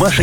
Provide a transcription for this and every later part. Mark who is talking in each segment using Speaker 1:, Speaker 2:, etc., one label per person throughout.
Speaker 1: Маша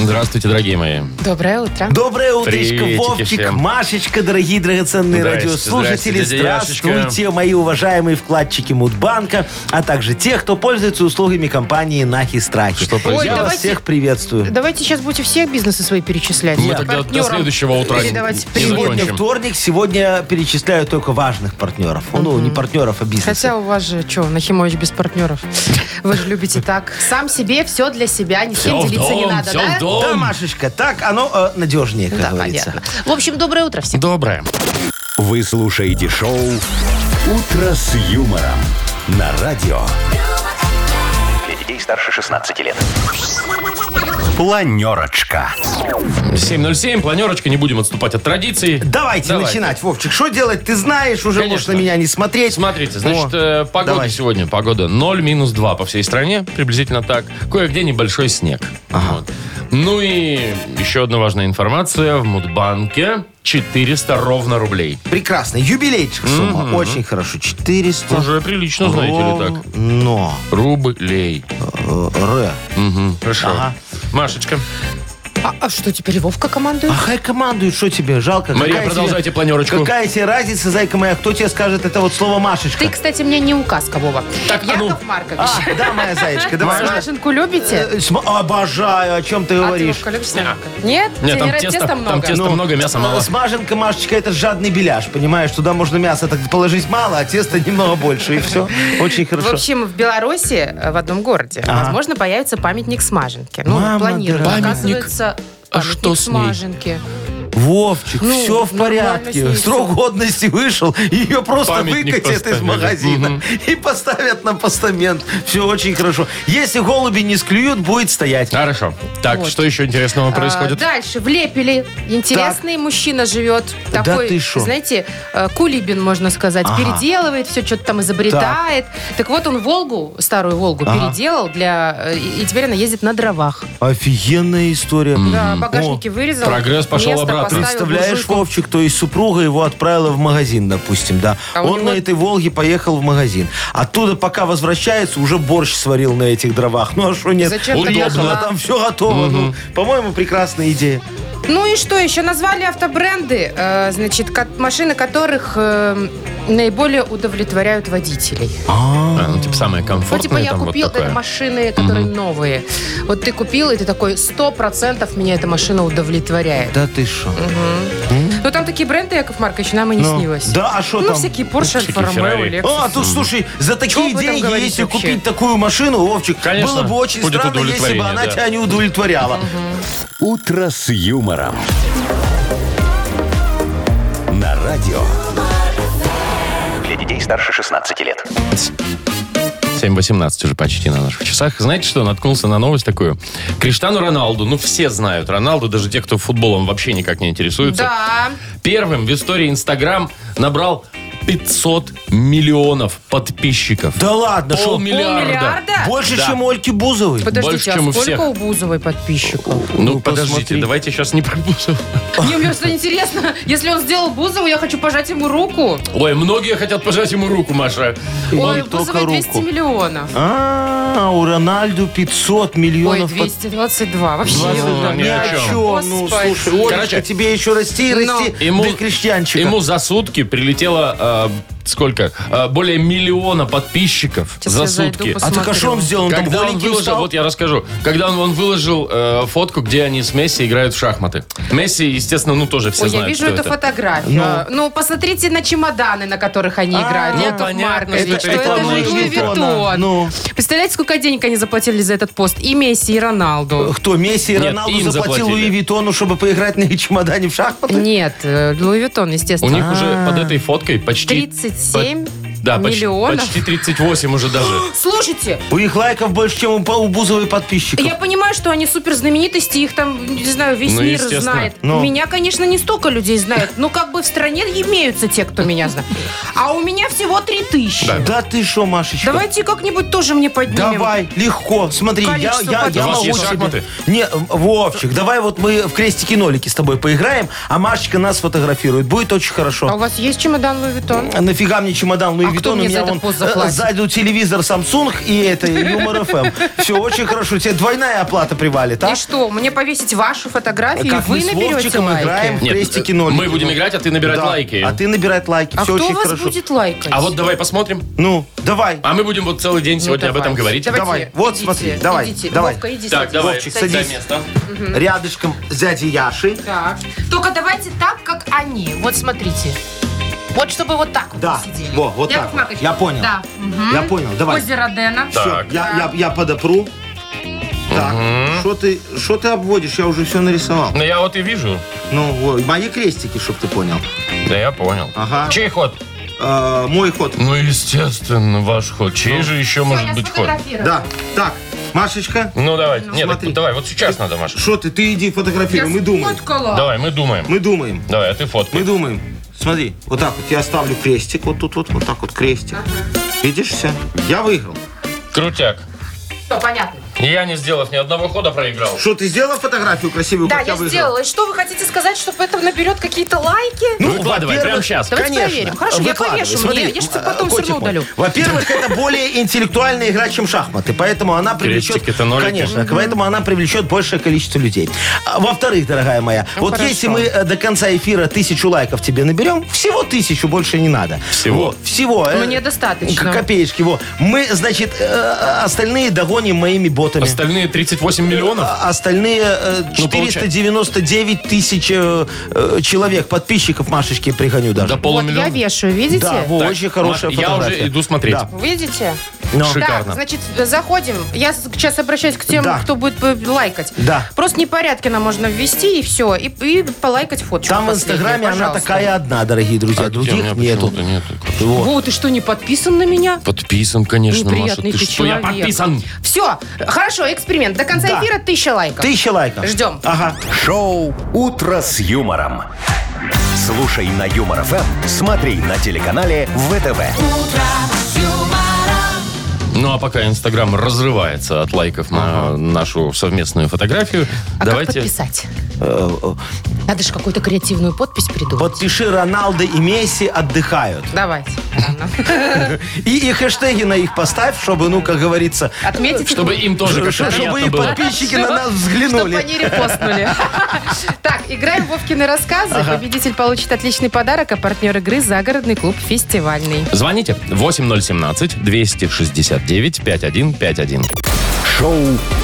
Speaker 2: Здравствуйте, дорогие мои.
Speaker 3: Доброе утро.
Speaker 4: Доброе утречко,
Speaker 2: Приветики
Speaker 4: Вовчик,
Speaker 2: всем.
Speaker 4: Машечка, дорогие драгоценные
Speaker 2: Здрасте,
Speaker 4: радиослушатели.
Speaker 2: здрасте, дядя Яшечка.
Speaker 4: здравствуйте, мои уважаемые вкладчики Мудбанка, а также те, кто пользуется услугами компании Нахи Страхи.
Speaker 2: Что произошло?
Speaker 4: Я вас
Speaker 3: давайте-
Speaker 4: всех приветствую.
Speaker 3: Давайте сейчас будете все бизнесы свои перечислять.
Speaker 2: Мы тогда до
Speaker 3: Партнерам
Speaker 2: следующего утра
Speaker 3: передавать
Speaker 2: не
Speaker 3: привет.
Speaker 2: закончим.
Speaker 4: Сегодня вторник, сегодня перечисляю только важных партнеров. Ну, не партнеров, а бизнеса.
Speaker 3: Хотя у вас же, что, Нахимович без партнеров. Вы же любите так. Сам себе, все для себя, ни с
Speaker 2: Всё
Speaker 3: кем
Speaker 2: в
Speaker 3: делиться не
Speaker 2: дом,
Speaker 3: надо,
Speaker 2: всё в
Speaker 3: да?
Speaker 2: дом.
Speaker 4: Да, Машечка, так оно э, надежнее, как
Speaker 3: Да,
Speaker 4: говорится.
Speaker 3: понятно. В общем, доброе утро всем.
Speaker 2: Доброе.
Speaker 1: Вы слушаете шоу «Утро с юмором» на радио. Для детей старше 16 лет. Планерочка.
Speaker 2: 7.07, планерочка, не будем отступать от традиции.
Speaker 4: Давайте, начинать, Вовчик. Что делать, ты знаешь, уже можешь
Speaker 2: Конечно.
Speaker 4: на меня не смотреть.
Speaker 2: Смотрите, значит, э,
Speaker 4: О,
Speaker 2: погода
Speaker 4: давай.
Speaker 2: сегодня. Погода 0, минус 2 по всей стране. Приблизительно так. Кое-где небольшой снег. Вот. Ну и еще одна важная информация. В Мудбанке 400 ровно рублей.
Speaker 4: Прекрасно. Юбилейчик сумма. Очень хорошо. 400.
Speaker 2: Уже прилично, знаете ли так.
Speaker 4: Но.
Speaker 2: Рублей.
Speaker 4: э, Р.
Speaker 2: Мгм, хорошо.
Speaker 4: Ага.
Speaker 2: Машечка,
Speaker 3: А, а что, теперь Вовка командует?
Speaker 4: А хай командует, что тебе жалко?
Speaker 2: Мария,
Speaker 4: Какая
Speaker 2: продолжайте
Speaker 4: тебе-
Speaker 2: планерочку.
Speaker 4: Какая тебе разница, зайка моя, кто тебе скажет это вот слово Машечка?
Speaker 3: Ты, кстати, мне не указка, Вова.
Speaker 2: Так, а ну. А,
Speaker 3: Яков Маркович.
Speaker 4: А, да, моя зайчка, давай.
Speaker 3: Смаженку любите?
Speaker 4: Э, см- Обожаю, о чем ты
Speaker 3: А ты,
Speaker 4: говоришь.
Speaker 3: Вовка, любишь смаженку? Нет?
Speaker 2: Нет,
Speaker 3: Тебе
Speaker 2: там
Speaker 3: нравится
Speaker 2: тесто-
Speaker 3: теста
Speaker 2: там
Speaker 3: много?
Speaker 2: тесто- много, мяса мало.
Speaker 4: э, Смаженка, Машечка, это жадный беляш, понимаешь? Туда можно мясо так положить мало, а тесто немного больше, и все. Очень
Speaker 3: В
Speaker 4: хорошо.
Speaker 3: общем, в Беларуси, э, в одном городе,
Speaker 4: Ага.
Speaker 3: возможно, появится памятник смаженке. Ну,
Speaker 4: Мама
Speaker 3: планируют.
Speaker 4: дорогая.
Speaker 3: Оказывается,
Speaker 2: А
Speaker 3: памятник
Speaker 2: что с ней?
Speaker 3: смаженке.
Speaker 4: Вовчик,
Speaker 3: Ну,
Speaker 4: все в
Speaker 3: нормально с ней
Speaker 4: порядке.
Speaker 3: всё.
Speaker 4: Срок годности вышел, и ее просто
Speaker 2: Памятник
Speaker 4: выкатят из
Speaker 2: поставили.
Speaker 4: магазина
Speaker 2: Мгм.
Speaker 4: и поставят на постамент. Все очень хорошо. Если голуби не склюют, будет стоять.
Speaker 2: хорошо. Так,
Speaker 3: Вот.
Speaker 2: что еще интересного
Speaker 3: А,
Speaker 2: происходит?
Speaker 3: дальше, влепили. Интересный мужчина живет.
Speaker 4: Да
Speaker 3: Такой,
Speaker 4: ты шо?
Speaker 3: знаете, э, кулибин, можно сказать.
Speaker 4: Ага.
Speaker 3: Переделывает все, что-то там изобретает. Так. вот он Волгу, старую Волгу,
Speaker 4: Ага.
Speaker 3: переделал для... э, И и теперь она ездит на дровах.
Speaker 4: Офигенная история.
Speaker 3: Да, багажники вырезал.
Speaker 2: прогресс пошел
Speaker 3: место
Speaker 2: обратно.
Speaker 3: поставил,
Speaker 4: Представляешь,
Speaker 3: буржуйку.
Speaker 4: Вовчик, то есть супруга его отправила в магазин, допустим, да.
Speaker 3: А у
Speaker 4: Он
Speaker 3: него-
Speaker 4: на этой «Волге» поехал в магазин. Оттуда, пока возвращается, уже борщ сварил на этих дровах. Ну а что нет?
Speaker 3: Зачем
Speaker 2: так
Speaker 4: Приехал,
Speaker 2: Удобно.
Speaker 4: а там все готово. Ну, по-моему, прекрасная идея.
Speaker 3: Ну и что, еще назвали автобренды, э, значит, ко- машины которых э, наиболее удовлетворяют водителей.
Speaker 2: А, ну, типа, самое
Speaker 3: Ну, типа,
Speaker 2: комфортное
Speaker 3: я
Speaker 2: там вот
Speaker 3: купил
Speaker 2: такое.
Speaker 3: машины, которые новые. Вот ты купил, и ты такой, сто процентов меня эта машина удовлетворяет.
Speaker 4: Да ты что?
Speaker 3: Ну, там такие бренды, Яков Маркович, нам и не
Speaker 4: Ну,
Speaker 3: снилось.
Speaker 4: да, а шо
Speaker 3: Ну,
Speaker 4: там?
Speaker 3: всякие Porsche,
Speaker 2: Всякие
Speaker 3: Alfa Romeo,
Speaker 2: Ferrari.
Speaker 3: Lexus.
Speaker 4: А, тут, слушай, за такие
Speaker 3: об этом
Speaker 4: деньги,
Speaker 3: говорить
Speaker 4: если
Speaker 3: вообще?
Speaker 4: купить такую машину, Вовчик,
Speaker 2: Конечно,
Speaker 4: было бы очень
Speaker 2: будет
Speaker 4: странно, если бы
Speaker 2: удовлетворение,
Speaker 4: она
Speaker 2: да.
Speaker 4: тебя не удовлетворяла.
Speaker 1: «Утро с юмором». На радио. Для детей старше 16 лет.
Speaker 2: 7.18 уже почти на наших часах. Знаете что, наткнулся на новость такую. Криштану Роналду, ну все знают Роналду, даже те, кто футболом вообще никак не интересуется.
Speaker 3: Да.
Speaker 2: Первым в истории Инстаграм набрал 500 миллионов подписчиков.
Speaker 4: Да ладно, что?
Speaker 2: Полмиллиарда.
Speaker 3: Полмиллиарда?
Speaker 4: Больше,
Speaker 2: Да.
Speaker 4: чем у Ольги Бузовой?
Speaker 2: Больше,
Speaker 3: Подождите,
Speaker 2: чем у
Speaker 3: а сколько
Speaker 2: всех.
Speaker 3: у Бузовой подписчиков?
Speaker 2: Ну,
Speaker 4: Ну,
Speaker 2: подождите,
Speaker 4: посмотри.
Speaker 2: давайте сейчас не про Бузову.
Speaker 3: Мне просто интересно, если он сделал Бузову, я хочу пожать ему руку.
Speaker 2: Ой, многие хотят пожать ему руку, Маша.
Speaker 3: Ой,
Speaker 4: не
Speaker 3: у
Speaker 4: только
Speaker 3: Бузовой 200
Speaker 4: руку.
Speaker 3: миллионов.
Speaker 4: А, у Рональду 500
Speaker 3: Ой,
Speaker 4: миллионов. под-
Speaker 3: 222. Вообще.
Speaker 2: Ну,
Speaker 3: да.
Speaker 2: ни
Speaker 4: Ни
Speaker 2: о
Speaker 4: о
Speaker 2: чем.
Speaker 4: чем. Ну,
Speaker 3: Господи.
Speaker 4: слушай, Олечка,
Speaker 2: Короче,
Speaker 4: тебе еще расти и
Speaker 3: ну.
Speaker 4: расти
Speaker 2: Ему-
Speaker 4: до крестьянчика.
Speaker 2: Ему за сутки прилетело э, сколько? Э, более миллиона подписчиков
Speaker 3: Сейчас
Speaker 2: за
Speaker 3: я зайду,
Speaker 2: сутки.
Speaker 3: посмотрю.
Speaker 4: а так а что он сделал? Он там
Speaker 2: Когда он
Speaker 4: голеньким
Speaker 2: выложил,
Speaker 4: стал?
Speaker 2: вот я расскажу, когда он, он выложил э, фотку, где они с Месси играют в шахматы. Месси, естественно, ну тоже все
Speaker 3: Ой, я
Speaker 2: знают,
Speaker 3: вижу
Speaker 2: кто
Speaker 3: эту
Speaker 2: это.
Speaker 3: фотографию. Ну. посмотрите на чемоданы, на которых они играют.
Speaker 4: ну,
Speaker 3: Яков
Speaker 2: А, понятно,
Speaker 3: Маркович,
Speaker 2: это
Speaker 3: что это
Speaker 2: рекламная
Speaker 3: же Луи
Speaker 2: штука.
Speaker 3: Виттон.
Speaker 4: Ну.
Speaker 3: Представляете, сколько денег они заплатили за этот пост? И Месси, и Роналду.
Speaker 4: Кто, Месси и
Speaker 2: Нет,
Speaker 4: Роналду
Speaker 2: им
Speaker 4: заплатил
Speaker 2: заплатили.
Speaker 4: Луи Витону, чтобы поиграть на чемодане в шахматы?
Speaker 3: Нет, э, Луи Виттон,
Speaker 2: У
Speaker 4: А.
Speaker 3: естественно.
Speaker 2: них уже под этой фоткой почти...
Speaker 3: 37
Speaker 2: Да, поч-
Speaker 3: Миллионов?
Speaker 2: почти 38 уже даже.
Speaker 3: Слушайте,
Speaker 4: У них лайков больше, чем у, Па- у Бузовой подписчиков.
Speaker 3: я понимаю, что они супер знаменитости, их там, не знаю, весь
Speaker 2: Ну,
Speaker 3: мир
Speaker 2: естественно.
Speaker 3: знает.
Speaker 4: Ну.
Speaker 3: Меня, конечно, не столько людей знает, но как бы в стране имеются те, кто меня знает. А у меня всего 3000.
Speaker 2: Да.
Speaker 4: Да ты шо, Машечка?
Speaker 3: Давайте как-нибудь тоже мне поднимем.
Speaker 4: Давай, легко. Смотри, я, я,
Speaker 3: Количество
Speaker 4: я
Speaker 3: подписчиков.
Speaker 2: У вас
Speaker 4: могу
Speaker 2: есть
Speaker 4: тебе-
Speaker 2: шахматы?
Speaker 4: Не, Вовчик, давай вот мы в крестики-нолики с тобой поиграем, а Машечка нас фотографирует. Будет очень хорошо.
Speaker 3: А у вас есть чемодан Луи Виттон?
Speaker 4: А Нафига мне чемодан Луи
Speaker 3: А кто
Speaker 4: Виттон?
Speaker 3: мне
Speaker 4: у
Speaker 3: за
Speaker 4: меня
Speaker 3: это
Speaker 4: вон,
Speaker 3: пост
Speaker 4: э,
Speaker 3: заплатит?
Speaker 4: сзади у телевизор Samsung и это, и Юмор ФМ. Все очень хорошо. Тебе двойная оплата привалит, а?
Speaker 3: И что, мне повесить вашу фотографию,
Speaker 4: Как
Speaker 3: и вы
Speaker 4: мы с
Speaker 3: наберете
Speaker 4: Вовчиком
Speaker 3: лайки?
Speaker 4: играем в
Speaker 2: Нет,
Speaker 4: крестики
Speaker 2: э,
Speaker 4: нолики.
Speaker 2: мы будем играть, а ты набирать
Speaker 4: Да,
Speaker 2: лайки.
Speaker 4: А ты набирать лайки.
Speaker 3: А
Speaker 4: Все
Speaker 3: кто
Speaker 4: очень
Speaker 3: вас
Speaker 4: хорошо.
Speaker 3: будет лайкать?
Speaker 2: А вот давай посмотрим.
Speaker 4: Ну, давай.
Speaker 2: А мы будем вот целый день
Speaker 3: Ну,
Speaker 2: сегодня об этом
Speaker 3: давайте.
Speaker 2: говорить.
Speaker 3: Давайте,
Speaker 4: Давай. Вот,
Speaker 3: идите,
Speaker 4: смотри, давай,
Speaker 3: идите.
Speaker 4: давай.
Speaker 3: Вовка, иди
Speaker 2: Так,
Speaker 3: садись.
Speaker 2: давай,
Speaker 4: Вовчик,
Speaker 2: дай
Speaker 4: садись.
Speaker 2: место.
Speaker 4: Рядышком дяди Яши.
Speaker 3: Так. Только давайте так, как они. Вот смотрите. Вот чтобы вот так вот
Speaker 4: Да.
Speaker 3: вы сидели.
Speaker 4: Во, вот
Speaker 3: Яков
Speaker 4: так вот.
Speaker 3: Маркович,
Speaker 4: Я понял.
Speaker 3: Да. Мгм.
Speaker 4: Я понял, давай.
Speaker 3: Озеро Дэна.
Speaker 2: Так.
Speaker 4: Всё, я, я, я подопру. Так, что ты, что ты обводишь? Я уже все нарисовал.
Speaker 2: Ну я вот и вижу.
Speaker 4: Ну, во, мои крестики, чтоб ты понял.
Speaker 2: Да я понял.
Speaker 4: Ага.
Speaker 2: Чей ход?
Speaker 4: Э, мой ход.
Speaker 2: Ну, естественно, ваш ход.
Speaker 4: Ну.
Speaker 2: Чей же еще
Speaker 3: Всё,
Speaker 2: может
Speaker 3: я
Speaker 2: быть ход?
Speaker 3: сфотографировала.
Speaker 4: Да. Так, Машечка,
Speaker 2: Ну, давай. Нет,
Speaker 4: смотри.
Speaker 2: так, давай, вот сейчас надо, Маша.
Speaker 4: что ты? Ты иди
Speaker 3: Я
Speaker 4: фотографируй, мы думаем.
Speaker 3: сфоткала.
Speaker 2: Давай, мы думаем.
Speaker 4: Мы думаем.
Speaker 2: Давай, а ты
Speaker 4: Мы
Speaker 2: фоткай.
Speaker 4: думаем. Смотри, вот так вот я ставлю крестик, вот тут вот, вот так вот крестик. Видишь все? Я выиграл.
Speaker 2: Крутяк.
Speaker 3: Всё, понятно.
Speaker 2: Я, не сделав ни одного хода, проиграл.
Speaker 4: Что, ты сделала фотографию красивую,
Speaker 3: Да,
Speaker 4: как
Speaker 3: я
Speaker 4: выиграл?
Speaker 3: сделала. И что, вы хотите сказать, что это наберет какие-то лайки?
Speaker 2: Ну, Выкладывай,
Speaker 4: во-первых,
Speaker 2: прямо щас.
Speaker 3: Давайте
Speaker 4: конечно,
Speaker 3: проверим. Хорошо, я
Speaker 4: выкладывай.
Speaker 3: повешу, мне- я ж
Speaker 4: м,
Speaker 3: потом всё
Speaker 4: котик
Speaker 3: равно
Speaker 4: мой.
Speaker 3: удалю.
Speaker 4: Во-первых, это более интеллектуальная игра, чем шахматы, поэтому она привлечет...
Speaker 2: Крестики, это нолики.
Speaker 4: Конечно, поэтому она привлечет большее количество людей. А Во-вторых, дорогая моя, вот
Speaker 3: Ну, хорошо.
Speaker 4: если мы э, до конца эфира тысячу лайков тебе наберем, всего тысячу, больше не надо.
Speaker 2: Всего?
Speaker 4: Вот, всего. э,
Speaker 3: Ну, Мне достаточно.
Speaker 4: к- Копеечки, вот. Мы, значит, э, остальные догоним моими ботами.
Speaker 2: Остальные 38 миллионов?
Speaker 4: А Остальные э,
Speaker 2: Ну, получай.
Speaker 4: 499 тысяч э, э, человек, подписчиков Машечки пригоню даже.
Speaker 2: До
Speaker 3: Вот я
Speaker 2: полумиллиона?
Speaker 3: вешаю, видите?
Speaker 4: Да, во,
Speaker 2: Так,
Speaker 4: очень хорошая
Speaker 2: Маш, я
Speaker 4: фотография.
Speaker 2: уже иду смотреть.
Speaker 4: Да.
Speaker 3: Видите?
Speaker 4: Ну.
Speaker 2: Шикарно.
Speaker 3: Так, значит, заходим. Я с- сейчас обращаюсь к тем,
Speaker 4: Да.
Speaker 3: кто будет э, лайкать.
Speaker 4: Да.
Speaker 3: Просто непорядки нам можно ввести, и все. И, и полайкать фоточку.
Speaker 4: Там в
Speaker 3: последнюю,
Speaker 4: Инстаграме она
Speaker 3: пожалуйста.
Speaker 4: такая одна, дорогие друзья.
Speaker 2: А где? У меня
Speaker 4: Других нету.
Speaker 2: почему-то нету.
Speaker 4: Вот.
Speaker 3: Во, ты что, не подписан на меня?
Speaker 2: Подписан, конечно, Маша.
Speaker 3: Неприятный
Speaker 2: Ты
Speaker 3: ты
Speaker 2: что, я
Speaker 3: человек.
Speaker 2: подписан?
Speaker 3: Все, хорошо, эксперимент. До конца
Speaker 4: Да. А,
Speaker 3: эфира тысяча лайков. А
Speaker 4: Тысяча лайков.
Speaker 3: Ждем.
Speaker 4: Ага.
Speaker 1: Шоу «Утро с юмором». Слушай на Юмор ФМ, смотри на телеканале ВТВ.
Speaker 2: Ну, а пока Инстаграм разрывается от лайков на нашу совместную фотографию,
Speaker 3: А как
Speaker 2: давайте...
Speaker 3: подписать?
Speaker 4: Э,
Speaker 3: Надо же какую-то креативную подпись придумать.
Speaker 4: Подпиши Роналдо и Месси отдыхают.
Speaker 3: Давайте. Ладно.
Speaker 4: И, и хэштеги на их поставь, чтобы, ну, как говорится,
Speaker 3: Отметите.
Speaker 2: Чтобы им тоже
Speaker 4: чтобы
Speaker 2: как-то
Speaker 4: чтобы
Speaker 2: приятно
Speaker 4: и
Speaker 2: было.
Speaker 4: подписчики на нас
Speaker 3: Чтобы
Speaker 4: взглянули.
Speaker 3: они репостнули. Так, играем в Вовкины рассказы. Победитель получит отличный подарок, а партнер игры – загородный клуб «Фестивальный».
Speaker 2: Звоните 8017-269-5151.
Speaker 1: Шоу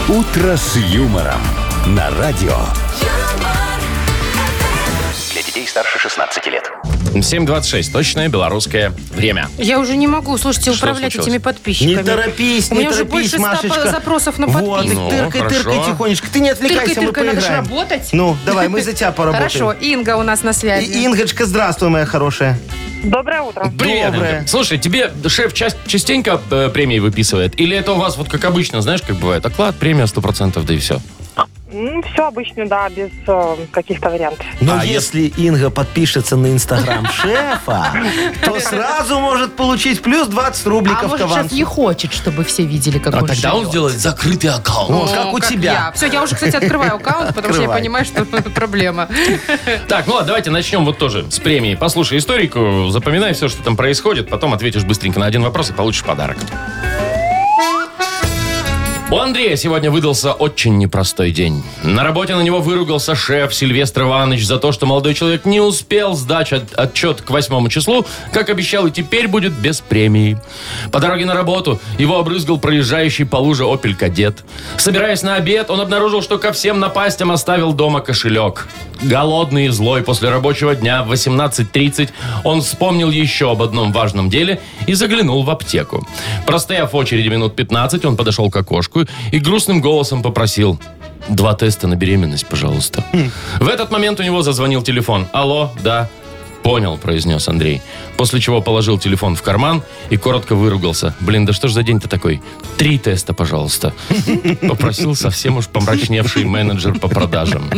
Speaker 1: «Утро с юмором» на радио. Для детей старше 16 лет.
Speaker 2: 7.26. Точное белорусское время.
Speaker 3: Я уже не могу, слушайте,
Speaker 2: Что
Speaker 3: управлять
Speaker 2: случилось?
Speaker 3: этими подписчиками.
Speaker 4: Не торопись,
Speaker 3: У меня
Speaker 4: не
Speaker 3: уже
Speaker 4: торопись,
Speaker 3: больше ста по-
Speaker 4: Машечка.
Speaker 3: запросов на
Speaker 4: Вот,
Speaker 3: подписку.
Speaker 2: Ну,
Speaker 4: тыркай, тыркай
Speaker 2: хорошо.
Speaker 4: тихонечко. Ты не отвлекайся, мы
Speaker 3: Тыркай-тыркай, надо же
Speaker 4: поиграем.
Speaker 3: работать.
Speaker 4: Ну, давай, мы за тебя поработаем.
Speaker 3: Хорошо, Инга у нас на связи.
Speaker 4: И, Ингочка, здравствуй, моя хорошая.
Speaker 5: Доброе утро.
Speaker 2: Привет,
Speaker 4: Доброе.
Speaker 2: Андрей. Слушай, тебе шеф ча- частенько э, премии выписывает? Или это у вас вот как обычно, знаешь, как бывает? Оклад, премия 100%, да и все.
Speaker 5: все обычно, да, без э, каких-то вариантов.
Speaker 4: Но
Speaker 2: А
Speaker 4: если Инга подпишется на инстаграм шефа, то сразу может получить плюс 20
Speaker 3: а
Speaker 4: рубликов к
Speaker 3: может, шеф
Speaker 4: авансу.
Speaker 3: не хочет, чтобы все видели, как
Speaker 2: А
Speaker 3: он
Speaker 2: тогда он
Speaker 3: живет.
Speaker 2: сделает закрытый аккаунт.
Speaker 4: Вот как у тебя.
Speaker 3: Все, я уже, кстати, открываю аккаунт, потому что я
Speaker 4: Открывай.
Speaker 3: понимаю, что проблема.
Speaker 2: Так, ну ладно, давайте начнем вот тоже с премии. Послушай историку, запоминай все, что там происходит, потом ответишь быстренько на один вопрос и получишь подарок. У Андрея сегодня выдался очень непростой день. На работе на него выругался шеф Сильвестр Иванович за то, что молодой человек не успел сдать от- отчет к восьмому числу, как обещал, и теперь будет без премии. По дороге на работу его обрызгал проезжающий по луже «Опель Кадет». Собираясь на обед, он обнаружил, что ко всем напастям оставил дома кошелек. Голодный и злой после рабочего дня в 18.30 он вспомнил еще об одном важном деле и заглянул в аптеку. Простояв в очереди минут 15, он подошел к окошку и грустным голосом попросил «Два теста на беременность, пожалуйста». В этот момент у него зазвонил телефон. «Алло, да». Понял, произнес Андрей. После чего положил телефон в карман и коротко выругался. Блин, да что ж за день-то такой? Три теста, пожалуйста. Попросил совсем уж помрачневший менеджер по продажам.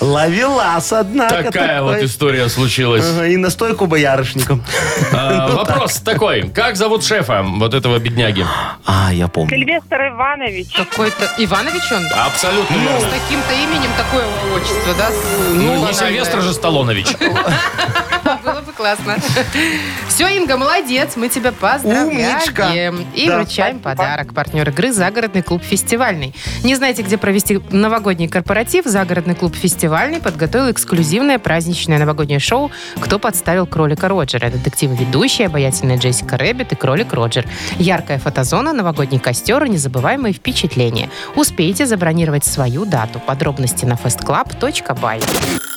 Speaker 4: Ловелас, однако.
Speaker 2: Такая
Speaker 4: такой.
Speaker 2: вот история случилась.
Speaker 4: Ага, И настойку боярышником.
Speaker 2: А, Вопрос такой. Как зовут шефа вот этого бедняги?
Speaker 4: А, я помню.
Speaker 5: Сильвестр Иванович.
Speaker 3: Какой-то Иванович он?
Speaker 2: Абсолютно.
Speaker 4: Ну,
Speaker 3: С таким-то именем такое отчество, да?
Speaker 2: Ну, не
Speaker 3: банальное.
Speaker 2: Сильвестр же Сталонович.
Speaker 3: Было бы классно. Все, Инга, молодец. Мы тебя поздравляем.
Speaker 4: Умничка.
Speaker 3: И
Speaker 4: Да.
Speaker 3: вручаем подарок. Партнер игры «Загородный клуб фестивальный». Не знаете, где провести новогодний корпоратив? «Загородный клуб фестивальный» подготовил эксклюзивное праздничное новогоднее шоу «Кто подставил кролика Роджера». Детектив-ведущая, обаятельная Джессика Рэббит и кролик Роджер. Яркая фотозона, новогодний костер и незабываемые впечатления. Успейте забронировать свою дату. Подробности на festclub.by.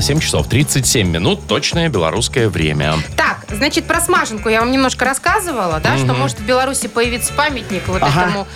Speaker 2: 7 часов 37 минут. Точное белорусское время.
Speaker 3: Так, значит, про смаженку я вам немножко рассказывала, да, что может в Беларуси появиться памятник вот
Speaker 4: Ага.
Speaker 3: этому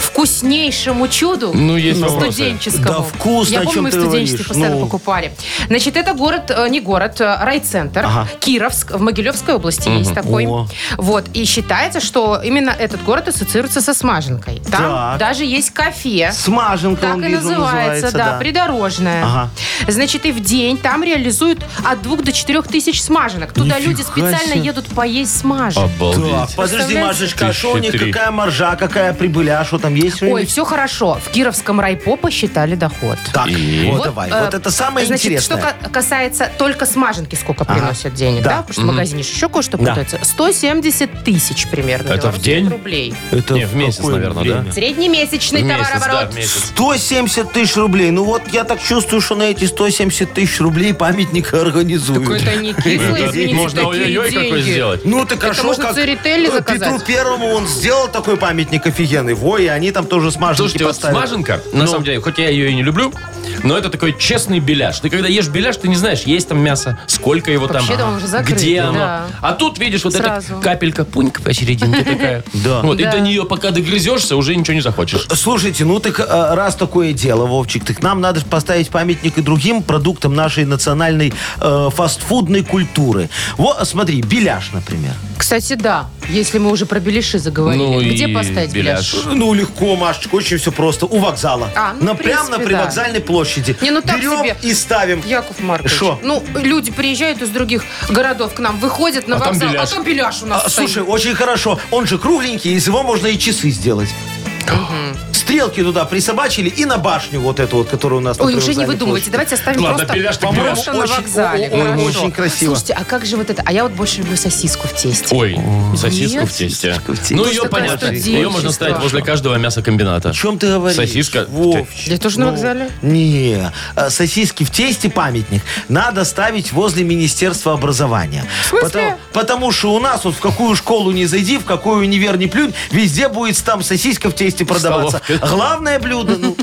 Speaker 3: вкуснейшему чуду.
Speaker 2: Ну, есть вопросы.
Speaker 3: Студенческому.
Speaker 4: Да вкусно,
Speaker 3: Я
Speaker 4: о
Speaker 3: помню,
Speaker 4: чем
Speaker 3: мы в
Speaker 4: ты
Speaker 3: студенчестве
Speaker 4: говоришь?
Speaker 3: постоянно
Speaker 4: Ну.
Speaker 3: покупали. Значит, это город, э, не город, э, райцентр.
Speaker 4: Ага.
Speaker 3: Кировск, в Могилевской области есть такой.
Speaker 4: О.
Speaker 3: Вот, и считается, что именно этот город ассоциируется со смаженкой. Там
Speaker 4: Так.
Speaker 3: даже есть кафе.
Speaker 4: Смаженка
Speaker 3: Так
Speaker 4: он,
Speaker 3: и
Speaker 4: вижу,
Speaker 3: называется, да, придорожная.
Speaker 4: Ага.
Speaker 3: Значит, и в день там реализуют от двух до четырех тысяч смаженок. Туда
Speaker 4: Нифига
Speaker 3: люди специально
Speaker 4: себе.
Speaker 3: едут поесть смаженок.
Speaker 4: Так,
Speaker 2: Обалдеть.
Speaker 4: подожди,
Speaker 3: Представляете?
Speaker 4: Машечка, а что у них,
Speaker 2: Тысячи три.
Speaker 4: какая маржа, какая прибыля, а что там есть?
Speaker 3: Ой,
Speaker 4: что-нибудь?
Speaker 3: все хорошо. В Кировском райпо посчитали доход.
Speaker 4: Так,
Speaker 2: И?
Speaker 4: вот
Speaker 2: Вот,
Speaker 4: давай,
Speaker 3: э,
Speaker 4: вот это самое
Speaker 3: Значит,
Speaker 4: интересное.
Speaker 3: что ка- касается только смаженки, сколько приносят денег, да?
Speaker 4: Да.
Speaker 3: Потому что магазине же еще кое-что пытаются. 170 тысяч примерно.
Speaker 2: Это в
Speaker 3: белорусских
Speaker 2: день?
Speaker 3: Рублей.
Speaker 4: Это
Speaker 2: Не, в месяц,
Speaker 4: какое
Speaker 2: наверное,
Speaker 4: время?
Speaker 2: да?
Speaker 3: Среднемесячный
Speaker 2: Месяц, да,
Speaker 3: товарооборот.
Speaker 2: месяц.
Speaker 4: 170 тысяч рублей. Ну вот я так чувствую, что на эти 170 тысяч рублей памятник организуют.
Speaker 3: Какой-то не кислый,
Speaker 2: Да,
Speaker 3: извините,
Speaker 2: Можно
Speaker 3: такие
Speaker 2: ой-ой-ой какой
Speaker 3: деньги.
Speaker 2: сделать.
Speaker 4: Ну так а
Speaker 3: Это
Speaker 4: шо,
Speaker 3: можно
Speaker 4: как
Speaker 3: церетели
Speaker 4: э, Петру
Speaker 3: заказать.
Speaker 4: Первому он сделал такой памятник офигенный. Во, и они там тоже смаженки
Speaker 2: Слушайте, вот
Speaker 4: поставили.
Speaker 2: смаженка,
Speaker 4: Ну.
Speaker 2: на самом деле, хоть я ее и не люблю, но это такой честный беляш. Ты когда ешь беляш, ты не знаешь, есть там мясо, сколько его там,
Speaker 3: Вообще-то он уже закрыт,
Speaker 2: где оно.
Speaker 3: да.
Speaker 2: А тут видишь вот
Speaker 3: Сразу.
Speaker 2: эта капелька, пунька посерединке такая.
Speaker 4: Да.
Speaker 2: Вот, и
Speaker 3: Да.
Speaker 2: до нее пока догрызешься, уже ничего не захочешь.
Speaker 4: Слушайте, ну так э, раз такое дело, Вовчик, так нам надо ж поставить памятник и другим продуктам нашей национальной э, фастфудной культуры. Вот, смотри, беляш, например.
Speaker 3: Кстати, да. Если мы уже про беляши заговорили,
Speaker 2: Ну и
Speaker 3: где поставить беляш?
Speaker 2: беляш.
Speaker 4: Ну, легко, Машечка, очень все просто. У вокзала.
Speaker 3: А, ну,
Speaker 4: на,
Speaker 3: в
Speaker 4: прям на
Speaker 3: принципе,
Speaker 4: привокзальной площади.
Speaker 3: Не, ну так
Speaker 4: Берем
Speaker 3: себе.
Speaker 4: и ставим.
Speaker 3: Яков Маркович.
Speaker 4: Шо?
Speaker 3: Ну, люди приезжают из других городов к нам, выходят на
Speaker 2: А там
Speaker 3: вокзал,
Speaker 2: беляш.
Speaker 3: а там беляш у нас
Speaker 4: А,
Speaker 3: стоит.
Speaker 4: слушай, очень хорошо. Он же кругленький, из его можно и часы сделать. Стрелки туда присобачили и на башню вот эту вот, которая у нас на
Speaker 3: Ой, уже не
Speaker 4: привокзальной
Speaker 3: выдумывайте.
Speaker 4: площади.
Speaker 3: Давайте оставим
Speaker 2: Ладно,
Speaker 3: просто
Speaker 2: беляш так
Speaker 3: просто
Speaker 2: беляш.
Speaker 3: на
Speaker 4: Очень-
Speaker 3: вокзале.
Speaker 4: о- о-
Speaker 3: Хорошо.
Speaker 4: очень красиво.
Speaker 3: Слушайте, а как же вот это? А я вот больше люблю сосиску в тесте.
Speaker 2: Ой, сосиску
Speaker 3: Нет.
Speaker 2: в тесте.
Speaker 4: Сосиску в тесте.
Speaker 2: Ну,
Speaker 4: Ну,
Speaker 2: ее
Speaker 3: такая
Speaker 2: понятно.
Speaker 3: студенческая.
Speaker 2: Ее можно ставить возле каждого мясокомбината.
Speaker 4: О чем ты говоришь?
Speaker 2: Сосиска.
Speaker 4: Вовчик,
Speaker 3: Да это же на
Speaker 4: ну,
Speaker 3: вокзале.
Speaker 4: Не, а, сосиски в тесте памятник надо ставить возле Министерства образования. Потому, потому что у нас вот в какую школу не зайди, в какой универ не плюнь, везде будет там сосиска в тесте продаваться.
Speaker 2: столовке.
Speaker 4: Главное блюдо. ну,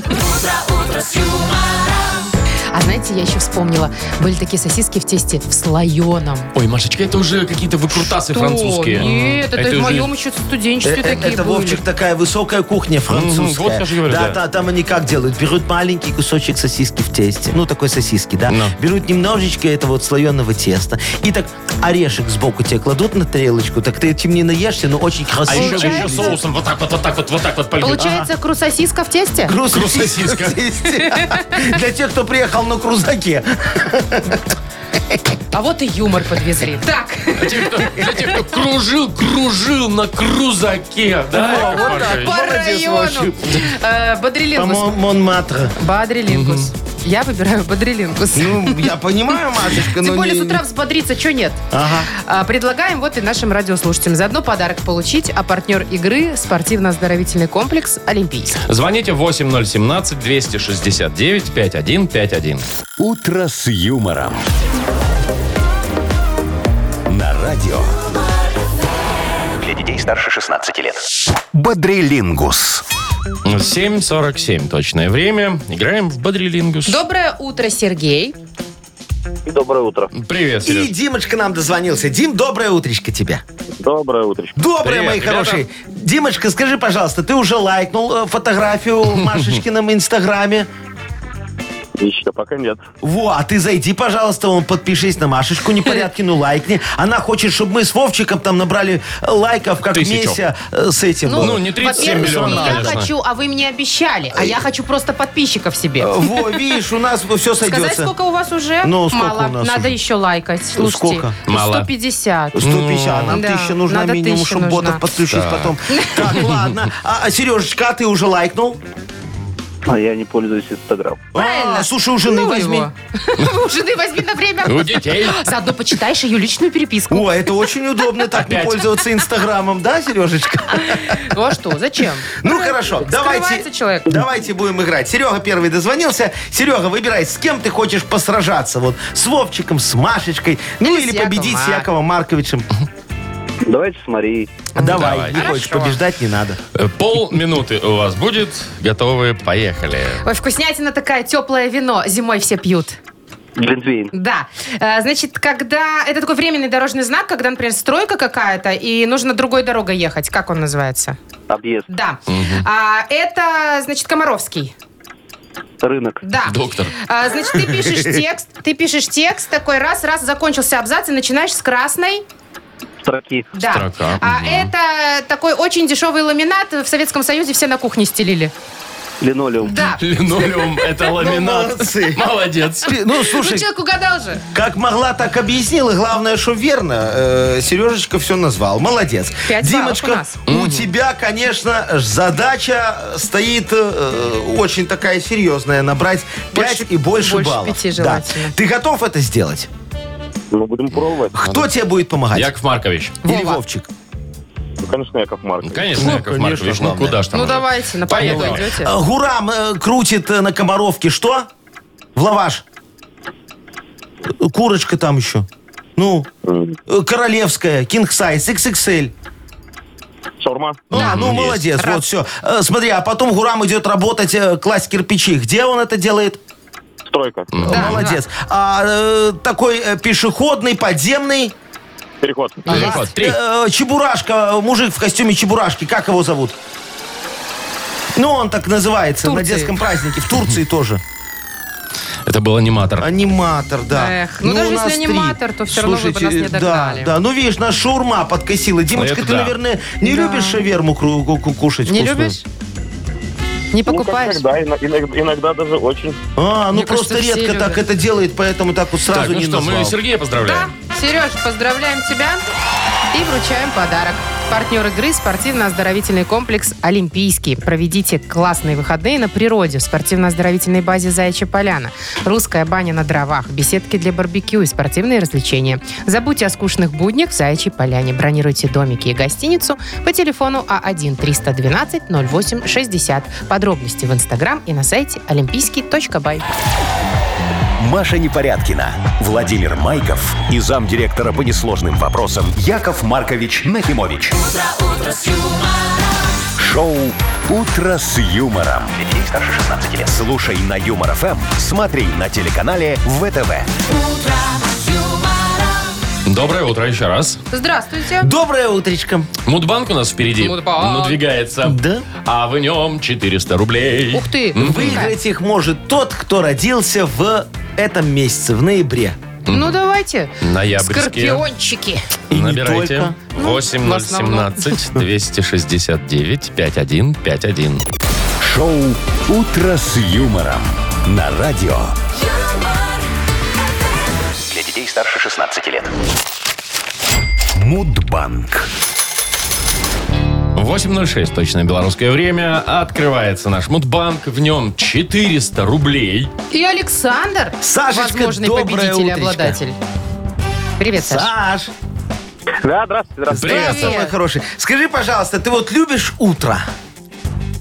Speaker 3: А знаете, я еще вспомнила, были такие сосиски в тесте в слоеном.
Speaker 2: Ой, Машечка, это уже какие-то выкрутасы
Speaker 3: Что?
Speaker 2: французские.
Speaker 3: Нет, это,
Speaker 2: уже-
Speaker 3: в моем еще
Speaker 4: э,
Speaker 3: студенчестве
Speaker 4: э,
Speaker 3: такие
Speaker 4: Это,
Speaker 3: были.
Speaker 4: Вовчик, такая высокая кухня
Speaker 2: Мгм, вот я
Speaker 4: французская.
Speaker 2: же говорю, да.
Speaker 4: Да, та- там они как делают? Берут маленький кусочек сосиски в тесте. Ну, такой сосиски, да.
Speaker 2: Ну.
Speaker 4: Берут немножечко этого вот слоеного теста. И так орешек сбоку тебе кладут на тарелочку. Так ты этим не наешься, но очень красиво.
Speaker 2: А еще, еще
Speaker 3: Получается-
Speaker 2: соусом вот так вот, вот так вот, вот так вот польют.
Speaker 3: Получается, крусосиска в тесте?
Speaker 4: Груз
Speaker 2: Крус-сосиска.
Speaker 4: в тесте. Для тех, кто приехал на крузаке.
Speaker 3: А вот и юмор подвезли. Так,
Speaker 2: Для тех, кто, для тех, кто кружил, кружил на крузаке, да, Яков Маркович?
Speaker 3: по
Speaker 4: Э, молодец,
Speaker 3: району.
Speaker 4: Вовчик.
Speaker 3: Э, Бодрилингус.
Speaker 4: По-моему, Монматра.
Speaker 3: Бодрилингус. Я выбираю бодрилингус.
Speaker 4: Ну, я понимаю, Машечка, но
Speaker 3: Тем более
Speaker 4: ну не-
Speaker 3: с утра взбодриться, что нет?
Speaker 4: Ага.
Speaker 3: А, Предлагаем вот и нашим радиослушателям заодно подарок получить, а партнер игры – спортивно-оздоровительный комплекс «Олимпийский».
Speaker 2: Звоните 8017-269-5151.
Speaker 1: «Утро с юмором». На радио
Speaker 6: Для детей старше 16 лет.
Speaker 1: «Бодрилингус».
Speaker 2: 7.47 точное время. Играем в Бодрилингус.
Speaker 3: Доброе утро, Сергей.
Speaker 7: Доброе утро.
Speaker 2: Привет,
Speaker 4: И
Speaker 2: Сереж.
Speaker 4: Димочка нам дозвонился. Дим, доброе утречко тебе.
Speaker 7: Доброе утречко.
Speaker 4: Доброе,
Speaker 2: Привет,
Speaker 4: мои
Speaker 2: ребята.
Speaker 4: хорошие. Димочка, скажи, пожалуйста, ты уже лайкнул э, фотографию в Машечкином инстаграме?
Speaker 7: Еще пока нет.
Speaker 4: Во, а ты зайди, пожалуйста, вон, подпишись на Машечку, непорядки, ну лайкни. Она хочет, чтобы мы с Вовчиком там набрали э, лайков, как
Speaker 2: Тысячу.
Speaker 4: Меся э, с этим.
Speaker 2: Ну,
Speaker 4: э,
Speaker 2: не 37
Speaker 3: во-первых,
Speaker 2: миллионов,
Speaker 3: Я
Speaker 2: конечно.
Speaker 3: хочу, а вы мне обещали. А я хочу просто подписчиков себе.
Speaker 4: Во, видишь, у нас все
Speaker 3: Сказать,
Speaker 4: сойдется.
Speaker 3: сколько у вас уже?
Speaker 4: Э, Ну, сколько
Speaker 3: Мало.
Speaker 4: у нас
Speaker 3: Надо
Speaker 4: уже?
Speaker 3: еще лайкать. Слушайте.
Speaker 4: сколько?
Speaker 3: Ну,
Speaker 2: Мало.
Speaker 3: 150.
Speaker 4: 150, а нам
Speaker 3: Да,
Speaker 4: тысяча нужна
Speaker 3: надо
Speaker 4: минимум,
Speaker 3: тысяча
Speaker 4: чтобы
Speaker 3: нужна.
Speaker 4: ботов подключить потом. Так, ладно. А, а, Сережечка, а ты уже лайкнул?
Speaker 7: А я не пользуюсь Инстаграм.
Speaker 3: Правильно.
Speaker 4: А, слушай, у жены
Speaker 3: Ну
Speaker 4: возьми.
Speaker 3: его. У жены возьми на время.
Speaker 2: У детей.
Speaker 3: Заодно почитаешь ее личную переписку.
Speaker 4: О, это очень удобно так не
Speaker 2: Опять.
Speaker 4: пользоваться Инстаграмом, да, Сережечка?
Speaker 3: Ну а что, зачем?
Speaker 4: Ну хорошо,
Speaker 3: Скрывается
Speaker 4: давайте,
Speaker 3: человек.
Speaker 4: давайте будем играть. Серега первый дозвонился. Серега, выбирай, с кем ты хочешь посражаться. Вот с Вовчиком, с Машечкой, ну
Speaker 3: Или
Speaker 4: или
Speaker 3: с Яковом
Speaker 4: победить с
Speaker 3: Марк-
Speaker 4: Яковом Марковичем.
Speaker 7: Давайте с Марией.
Speaker 4: Давай,
Speaker 2: давай.
Speaker 4: не хочешь
Speaker 3: Ну, Хорошо.
Speaker 4: побеждать, не надо.
Speaker 2: Э, Полминуты у вас будет. Готовы? Поехали.
Speaker 3: Ой, вкуснятина такая, теплое вино. Зимой все пьют.
Speaker 7: Глинтвейн.
Speaker 3: Да. Э, Значит, когда... Это такой временный дорожный знак, когда, например, стройка какая-то, и нужно другой дорогой ехать. Как он называется?
Speaker 7: Объезд.
Speaker 3: Да. А, это, значит, Комаровский.
Speaker 7: Рынок.
Speaker 3: Да.
Speaker 2: Доктор.
Speaker 3: А, значит, ты пишешь текст, ты пишешь текст, такой раз, раз, закончился абзац, и начинаешь с красной.
Speaker 7: Строки.
Speaker 3: Да.
Speaker 2: Строка,
Speaker 3: А
Speaker 2: мгм.
Speaker 3: это такой очень дешевый ламинат. В Советском Союзе все на кухне стелили.
Speaker 7: Линолеум.
Speaker 3: Да.
Speaker 2: Линолеум – это ламинат.
Speaker 4: молодцы.
Speaker 2: Молодец.
Speaker 4: Пи- Ну,
Speaker 3: Ну,
Speaker 4: слушай,
Speaker 3: человек угадал же.
Speaker 4: как могла, так объяснила. Главное, что верно. Э, Сережечка все назвал. Молодец.
Speaker 3: Пять баллов у
Speaker 4: Димочка,
Speaker 3: нас.
Speaker 4: у, тебя, конечно, ж задача стоит э, очень такая серьезная. Набрать
Speaker 3: Больше-
Speaker 4: 5 и больше,
Speaker 3: больше
Speaker 4: баллов.
Speaker 3: пяти
Speaker 4: Да.
Speaker 3: желательно.
Speaker 4: Ты готов это сделать?
Speaker 7: Ну, будем пробовать.
Speaker 4: Кто тебе будет помогать?
Speaker 2: Яков Маркович.
Speaker 4: Или
Speaker 3: Вова.
Speaker 4: Вовчик?
Speaker 7: Ну, конечно, Яков
Speaker 2: Ну,
Speaker 7: Маркович.
Speaker 2: Конечно,
Speaker 4: Ну,
Speaker 2: Яков
Speaker 4: конечно,
Speaker 2: Маркович. Ну,
Speaker 4: главное.
Speaker 2: куда ж там?
Speaker 3: Ну,
Speaker 2: уже?
Speaker 3: давайте, на поляну
Speaker 2: Поехали.
Speaker 3: идете.
Speaker 4: Э, Гурам э, крутит э, на комаровке что? В лаваш. Э, Курочка там еще. Ну, э, королевская, King Size, XXL.
Speaker 7: Шаурма.
Speaker 4: Ну,
Speaker 2: Да.
Speaker 4: ну
Speaker 2: Есть.
Speaker 4: молодец,
Speaker 3: Раз.
Speaker 4: вот все. Смотри, а потом Гурам идет работать, э, класть кирпичи. Где он это делает?
Speaker 7: Стройка.
Speaker 3: Да,
Speaker 4: молодец. А, э, такой э, пешеходный, подземный.
Speaker 7: Переход.
Speaker 4: Ну,
Speaker 2: Переход. Три.
Speaker 4: Э, чебурашка, мужик в костюме чебурашки. Как его зовут? Ну, он так называется на
Speaker 3: Турции.
Speaker 4: детском празднике. В Турции тоже.
Speaker 2: Это был аниматор.
Speaker 4: Аниматор, да.
Speaker 3: Эх, ну даже
Speaker 4: у
Speaker 3: если
Speaker 4: нас
Speaker 3: аниматор, то всё равно вы бы нас не догнали.
Speaker 4: Да, да, ну видишь, нас шаурма подкосила. Димочка,
Speaker 2: Это
Speaker 4: ты,
Speaker 2: да.
Speaker 4: наверное, не
Speaker 3: Да.
Speaker 4: любишь шаверму кру- ку- ку- кушать
Speaker 3: Не
Speaker 4: вкусную?
Speaker 3: любишь? Не
Speaker 7: Ну, как
Speaker 3: покупаешь?
Speaker 7: Иногда, ино- иногда, иногда даже очень.
Speaker 4: А, ну
Speaker 3: Мне
Speaker 4: просто
Speaker 3: кажется, все
Speaker 4: редко так
Speaker 3: любят.
Speaker 4: это делает, поэтому так вот сразу
Speaker 2: Так, ну
Speaker 4: не
Speaker 2: что, мы
Speaker 4: назвал.
Speaker 2: Сергея
Speaker 3: Да.
Speaker 2: поздравляем.
Speaker 3: Сереж, поздравляем тебя и вручаем подарок. Партнер игры – спортивно-оздоровительный комплекс «Олимпийский». Проведите классные выходные на природе в спортивно-оздоровительной базе «Заячья поляна». Русская баня на дровах, беседки для барбекю и спортивные развлечения. Забудьте о скучных буднях в «Заячьей поляне». Бронируйте домики и гостиницу по телефону А А1-312-08-60. Подробности в Инстаграм и на сайте олимпийский.бай.
Speaker 1: Маша Непорядкина, Владимир Майков и замдиректора по несложным вопросам Яков Маркович Нахимович. Шоу Утро с юмором. Детей старше 16 лет. Слушай на юмор ФМ, смотри на телеканале ВТВ.
Speaker 2: Доброе утро еще раз.
Speaker 3: Здравствуйте.
Speaker 4: Доброе утречко.
Speaker 2: Мудбанк у нас впереди
Speaker 3: Мудбанк.
Speaker 2: надвигается.
Speaker 4: Да.
Speaker 2: А в нем 400 рублей.
Speaker 3: Ух ты.
Speaker 4: Выиграть их может тот, кто родился в этом месяце, в ноябре.
Speaker 3: Ну, давайте.
Speaker 2: Ноябрьские.
Speaker 3: Скорпиончики.
Speaker 4: И не
Speaker 2: Набирайте.
Speaker 4: только.
Speaker 3: в основном.
Speaker 2: 8017 269 5151.
Speaker 1: Шоу Утро с юмором на радио.
Speaker 6: Для детей старше 16 лет.
Speaker 1: Мудбанк.
Speaker 2: 8.06, точное белорусское время. Открывается наш мудбанк. В нем 400 рублей.
Speaker 3: И Александр,
Speaker 4: Сашечка,
Speaker 3: возможный
Speaker 4: доброе
Speaker 3: победитель и
Speaker 4: утречко.
Speaker 3: обладатель. Привет, Саша.
Speaker 4: Саш,
Speaker 7: Да, здравствуйте, здравствуйте.
Speaker 2: Привет.
Speaker 4: здравствуй, мой хороший. Скажи, пожалуйста, ты вот любишь утро?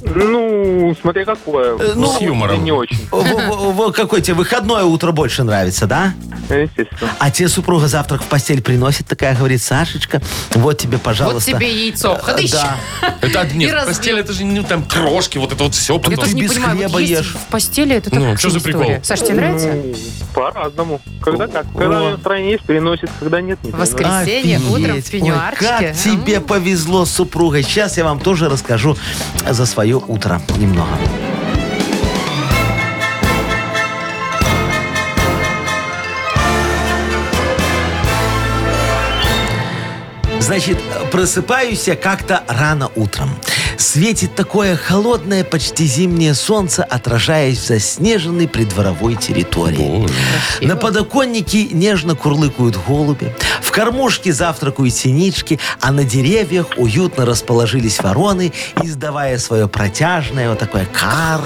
Speaker 7: Ну, смотри, какое.
Speaker 4: Э, ну,
Speaker 2: С юмором.
Speaker 7: Не очень,
Speaker 4: Во- во- во- Какой тебе выходное утро больше нравится, да?
Speaker 7: естественно.
Speaker 4: А тебе супруга завтрак в постель приносит, такая говорит, Сашечка, вот тебе,
Speaker 3: Вот
Speaker 4: пожалуйста.
Speaker 3: тебе яйцо. Ходыщ.
Speaker 4: Да.
Speaker 2: Это од-
Speaker 3: И
Speaker 2: нет,
Speaker 3: разбил.
Speaker 2: постель, это же ну, там крошки, вот это вот все.
Speaker 3: Я
Speaker 2: Потом.
Speaker 3: тоже не
Speaker 4: без
Speaker 3: понимаю, вот
Speaker 4: хлеба
Speaker 3: есть
Speaker 4: ешь.
Speaker 3: в постели это
Speaker 2: Ну,
Speaker 3: такая
Speaker 2: что за прикол?
Speaker 3: история. Саш, тебе нравится?
Speaker 7: Ну, по-разному. Когда как. Когда
Speaker 4: О.
Speaker 7: настроение есть, переносит. Когда нет, не переносит.
Speaker 3: Воскрес- Воскресенье, утром в
Speaker 4: Офигеть. Ой,
Speaker 3: пеньюарчике.
Speaker 4: как тебе повезло с супругой. Сейчас я вам тоже расскажу за свое утро немного. Значит, просыпаюсь я как-то рано утром. Светит такое холодное, почти зимнее солнце, отражаясь в заснеженной придворовой территории. На подоконнике нежно курлыкают голуби, в кормушке завтракают синички, а на деревьях уютно расположились вороны, издавая свое протяжное вот такое кар,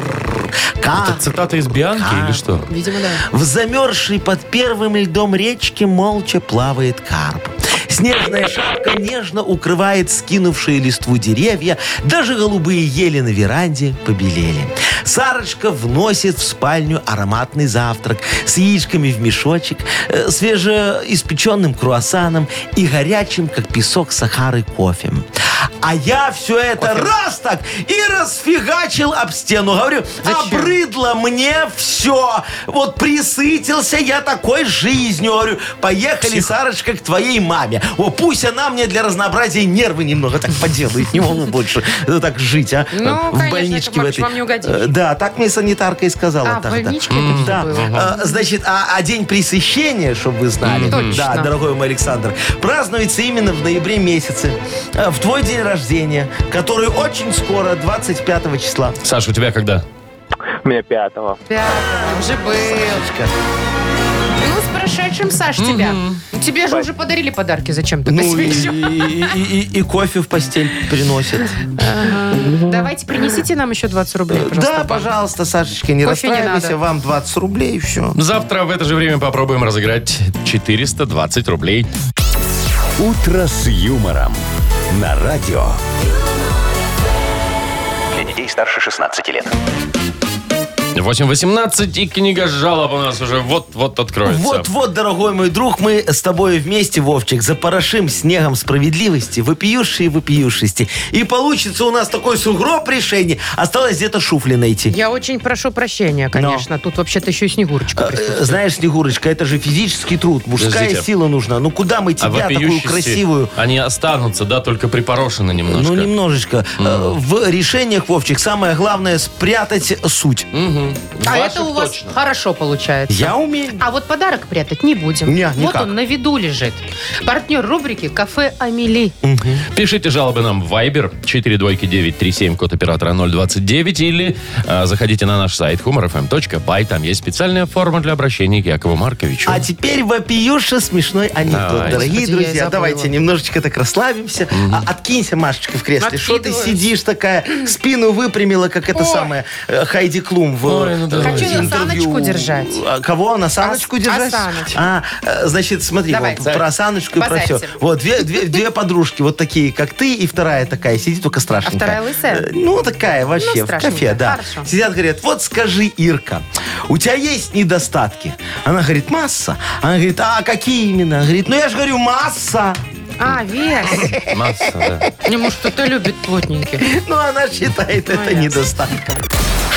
Speaker 4: кар.
Speaker 2: Это цитата из Бианки или что?
Speaker 3: Видимо, да.
Speaker 4: В замерзшей под первым льдом речке молча плавает карп. Снежная шапка нежно укрывает скинувшие листву деревья, даже голубые ели на веранде побелели. Сарочка вносит в спальню ароматный завтрак с яичками в мешочек, э, свежеиспеченным круассаном и горячим, как песок Сахары, кофе. А я все это раз так и расфигачил об стену. Говорю,
Speaker 3: Зачем?
Speaker 4: обрыдло мне все. Вот присытился я такой жизнью. Говорю, поехали, Сарочка, к твоей маме. О, пусть она мне для разнообразия нервы немного так поделает. Не могу больше так жить, а?
Speaker 3: Ну, конечно,
Speaker 4: в больничке
Speaker 3: Яков Маркович,
Speaker 4: в этой.
Speaker 3: вам не угодишь.
Speaker 4: Э, Да, так мне санитарка и сказала.
Speaker 3: А, в
Speaker 4: тогда.
Speaker 3: больничке это всё
Speaker 4: Да.
Speaker 3: было?
Speaker 4: Э, Значит, а, а день пресыщения, чтобы вы знали,
Speaker 3: Мгм.
Speaker 4: да,
Speaker 3: Точно.
Speaker 4: дорогой мой Александр, празднуется именно в ноябре месяце, э, в твой день рождения, который очень скоро, 25 числа.
Speaker 2: Саша, у тебя когда?
Speaker 7: У меня пятого.
Speaker 3: Пятый уже был.
Speaker 4: Сашечка,
Speaker 3: Ну, с прошедшим, Саш, тебя. Ну, Тебе же уже подарили подарки зачем-то.
Speaker 4: Ну и, и- и- и- и кофе в постель приносит.
Speaker 3: Давайте принесите нам еще 20 рублей, пожалуйста.
Speaker 4: да, пожалуйста, Сашечка, не
Speaker 3: Кофе не
Speaker 4: расстраивайся,
Speaker 3: надо.
Speaker 4: вам 20 рублей и все.
Speaker 2: Завтра в это же время попробуем разыграть 420 рублей.
Speaker 1: «Утро с юмором» на радио.
Speaker 6: Для детей старше 16 лет.
Speaker 2: 8.18 и книга жалоб у нас уже вот-вот откроется.
Speaker 4: Вот-вот, дорогой мой друг, мы с тобой вместе, Вовчик, запорошим снегом справедливости, вопиющие вопиющести. И получится у нас такой сугроб решений. Осталось где-то шуфли найти.
Speaker 3: Я очень прошу прощения, конечно. Тут вообще-то еще и Снегурочка
Speaker 4: Э,
Speaker 3: присутствует.
Speaker 4: Знаешь, Снегурочка, это же физический труд, мужская
Speaker 2: Подождите. А
Speaker 4: сила нужна. Ну куда мы тебя, такую
Speaker 2: вопиющести
Speaker 4: красивую...
Speaker 2: Они останутся, да, только припорошены немножко.
Speaker 4: Ну, немножечко. Э, В решениях, Вовчик, самое главное спрятать суть.
Speaker 2: Мгм.
Speaker 3: А
Speaker 2: Ваших
Speaker 3: это у вас
Speaker 2: точно.
Speaker 3: хорошо получается.
Speaker 4: Я умею.
Speaker 3: А вот подарок прятать не будем.
Speaker 4: Не,
Speaker 3: вот
Speaker 4: никак.
Speaker 3: он на виду лежит. Партнер рубрики «Кафе Амели».
Speaker 2: Пишите жалобы нам в Viber 42937, код оператора 029, или э, заходите на наш сайт humorfm.by. Там есть специальная форма для обращения к Якову Марковичу.
Speaker 4: А теперь вопиюша смешной анекдот.
Speaker 2: Давай.
Speaker 4: Дорогие
Speaker 3: Господи, я и
Speaker 4: друзья,
Speaker 3: забыла.
Speaker 4: давайте немножечко так расслабимся. А, откинься, Машечка, в кресле. Что ты
Speaker 3: Откидываюсь.
Speaker 4: сидишь такая, спину выпрямила, как это
Speaker 3: Ой.
Speaker 4: самое э, Хайди Клум в
Speaker 2: Ой, ну
Speaker 4: э,
Speaker 2: давай.
Speaker 3: Хочу
Speaker 4: интервью.
Speaker 3: осаночку держать.
Speaker 4: А, Кого? На саночку
Speaker 3: Ос-
Speaker 4: держать?
Speaker 3: осаночку.
Speaker 4: А, э, значит, смотри,
Speaker 3: Давай.
Speaker 4: вот про саночку и про
Speaker 3: Позайся.
Speaker 4: все. Вот, две, две, две подружки, вот такие, как ты, и вторая такая сидит, только страшненькая.
Speaker 3: А вторая лысая?
Speaker 4: Э, Ну, такая вообще, в
Speaker 3: страшненькая.
Speaker 4: кафе, да.
Speaker 3: Хорошо.
Speaker 4: Сидят, говорят, вот скажи, Ирка, у тебя есть недостатки? Она говорит, масса. Она говорит, а какие именно? Она говорит, ну я же говорю, масса.
Speaker 3: А, вес.
Speaker 2: Масса, да.
Speaker 3: Не, Может, кто-то любит плотненьких.
Speaker 4: Ну, она считает это
Speaker 3: Понятно.
Speaker 4: недостатком.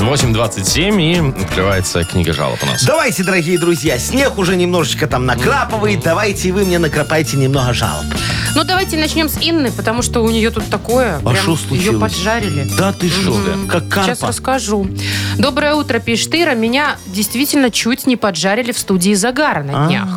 Speaker 2: 8.27 и открывается книга жалоб у нас.
Speaker 4: Давайте, дорогие друзья, снег уже немножечко там накрапывает. Давайте и вы мне накропайте немного жалоб.
Speaker 3: Ну, давайте начнем с Инны, потому что у нее тут такое.
Speaker 4: А
Speaker 3: прям
Speaker 4: что случилось?
Speaker 3: Ее поджарили.
Speaker 4: Да ты что? Как
Speaker 3: Сейчас
Speaker 4: карпа.
Speaker 3: расскажу.
Speaker 4: А.
Speaker 3: Доброе утро, пишет Ира. Меня действительно чуть не поджарили в студии загара на днях.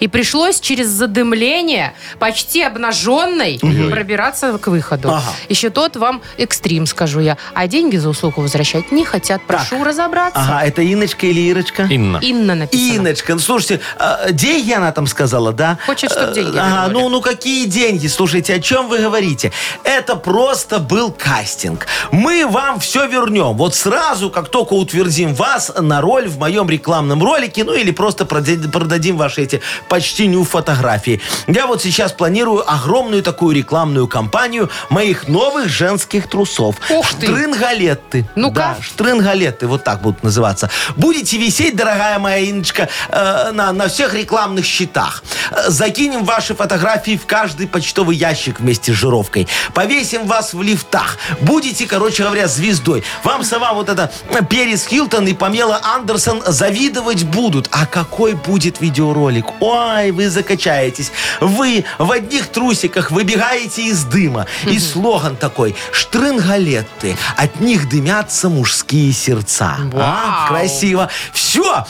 Speaker 3: И пришлось через задымление, почти обнаженной, пробираться к выходу.
Speaker 4: Ага.
Speaker 3: Еще тот вам экстрим, скажу я. А деньги за услугу возвращать не хотят. Прошу разобраться.
Speaker 4: А? Ага, это Иночка или Ирочка?
Speaker 2: Инна.
Speaker 3: Инна написала.
Speaker 4: Иночка, ну слушайте, а, деньги она там сказала, да?
Speaker 3: Хочет, чтоб
Speaker 4: Э,
Speaker 3: деньги
Speaker 4: Ага,
Speaker 3: вернули.
Speaker 4: ну, ну какие деньги? Слушайте, о чем вы говорите? Это просто был кастинг. Мы вам все вернем. Вот сразу, как только утвердим вас на роль в моем рекламном ролике, ну или просто прода- продадим ваши эти почти ню фотографии. Я вот сейчас планирую огромную такую рекламную кампанию моих новых женских трусов.
Speaker 3: Ух ты!
Speaker 4: Штрингалетты.
Speaker 3: Ну-ка.
Speaker 4: Да, штрингалеты, вот так будут называться. Будете висеть, дорогая моя Иночка, э, на, на всех рекламных счетах. Э, Закинем ваши фотографии в каждый почтовый ящик вместе с жировкой. Повесим вас в лифтах. Будете, короче говоря, звездой. Вам сама вот это э, Перес Хилтон и Памела Андерсон завидовать будут. А какой будет видеоролик? Ой, вы закачаетесь. Вы в одних трусиках выбегаете из дыма. И слоган такой. Штрингалетты. От них дымятся мужские сердца. А, красиво. Э, Все.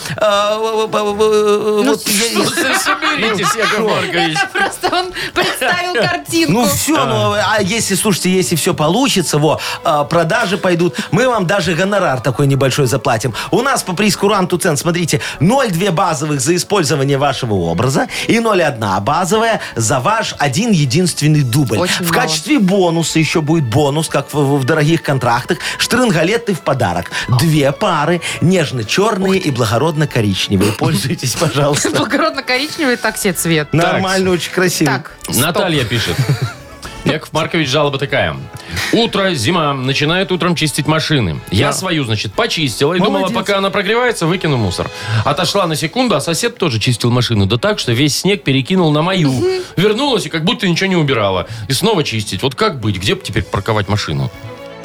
Speaker 4: э,
Speaker 3: Ну,
Speaker 2: Соберитесь, Яков Маркович.
Speaker 3: Это просто он представил картинку.
Speaker 4: Ну все, ну а если, слушайте, если все получится, во, а, продажи пойдут, мы вам даже гонорар такой небольшой заплатим. У нас по прейскуранту цен, смотрите, 0,2 базовых за использование вашего образа и 0,1 базовая за ваш один единственный дубль.
Speaker 3: Очень
Speaker 4: в
Speaker 3: мало.
Speaker 4: качестве бонуса еще будет бонус, как в, в дорогих контрактах, штрингалеты в подарок. Две пары, нежно-черные и благородно-коричневые. Пользуйтесь, пожалуйста.
Speaker 3: Благородно-коричневый такси цвет.
Speaker 4: Ну, Нормально, очень красиво.
Speaker 3: Так, стоп.
Speaker 2: Наталья пишет. Яков Маркович, жалоба такая. Утро, зима, начинает утром чистить машины. Я свою, значит, почистила и думала, пока она прогревается, выкину мусор. Отошла на секунду, а сосед тоже чистил машину. Да так, что весь снег перекинул на мою. Вернулась и как будто ничего не убирала. И снова чистить. Вот как быть? Где б теперь парковать машину?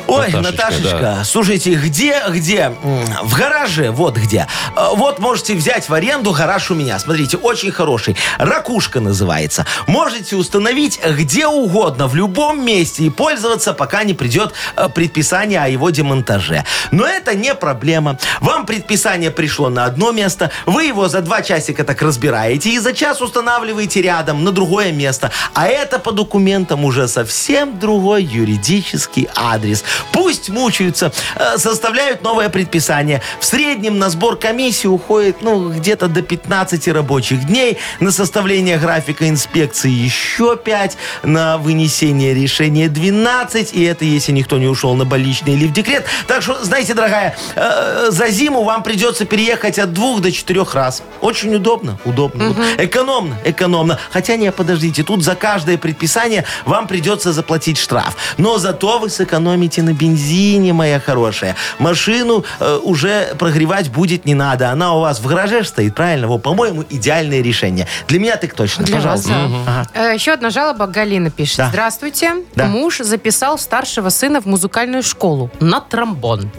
Speaker 4: Ой,
Speaker 2: Наташечка,
Speaker 4: Наташечка, слушайте, где, где? М, В гараже, вот где. Э, Вот можете взять в аренду гараж у меня. Смотрите, очень хороший. Ракушка называется. Можете установить где угодно, в любом месте и пользоваться, пока не придет э, предписание о его демонтаже. Но это не проблема. Вам предписание пришло на одно место, вы его за два часика так разбираете и за час устанавливаете рядом на другое место. А это по документам уже совсем другой юридический адрес. Пусть мучаются, э, составляют новое предписание. В среднем на сбор комиссии уходит ну, где-то до 15 рабочих дней, на составление графика инспекции еще 5, на вынесение решения 12, и это если никто не ушел на больничный или в декрет. Так что, знаете, дорогая, э, за зиму вам придется переехать от двух до четырех раз. Очень удобно, удобно. Вот Экономно, экономно. Хотя не, подождите, тут за каждое предписание вам придется заплатить штраф. Но зато вы сэкономите на бензине, моя хорошая. Машину э, уже прогревать будет не надо. Она у вас в гараже ж стоит, правильно? Вот, по-моему, идеальное решение. Для меня так точно,
Speaker 3: Для вас,
Speaker 4: пожалуйста.
Speaker 3: да.
Speaker 4: Ага.
Speaker 3: Э, Еще одна жалоба Галина пишет.
Speaker 4: Да.
Speaker 3: Здравствуйте.
Speaker 4: Да.
Speaker 3: Муж записал старшего сына в музыкальную школу на тромбон.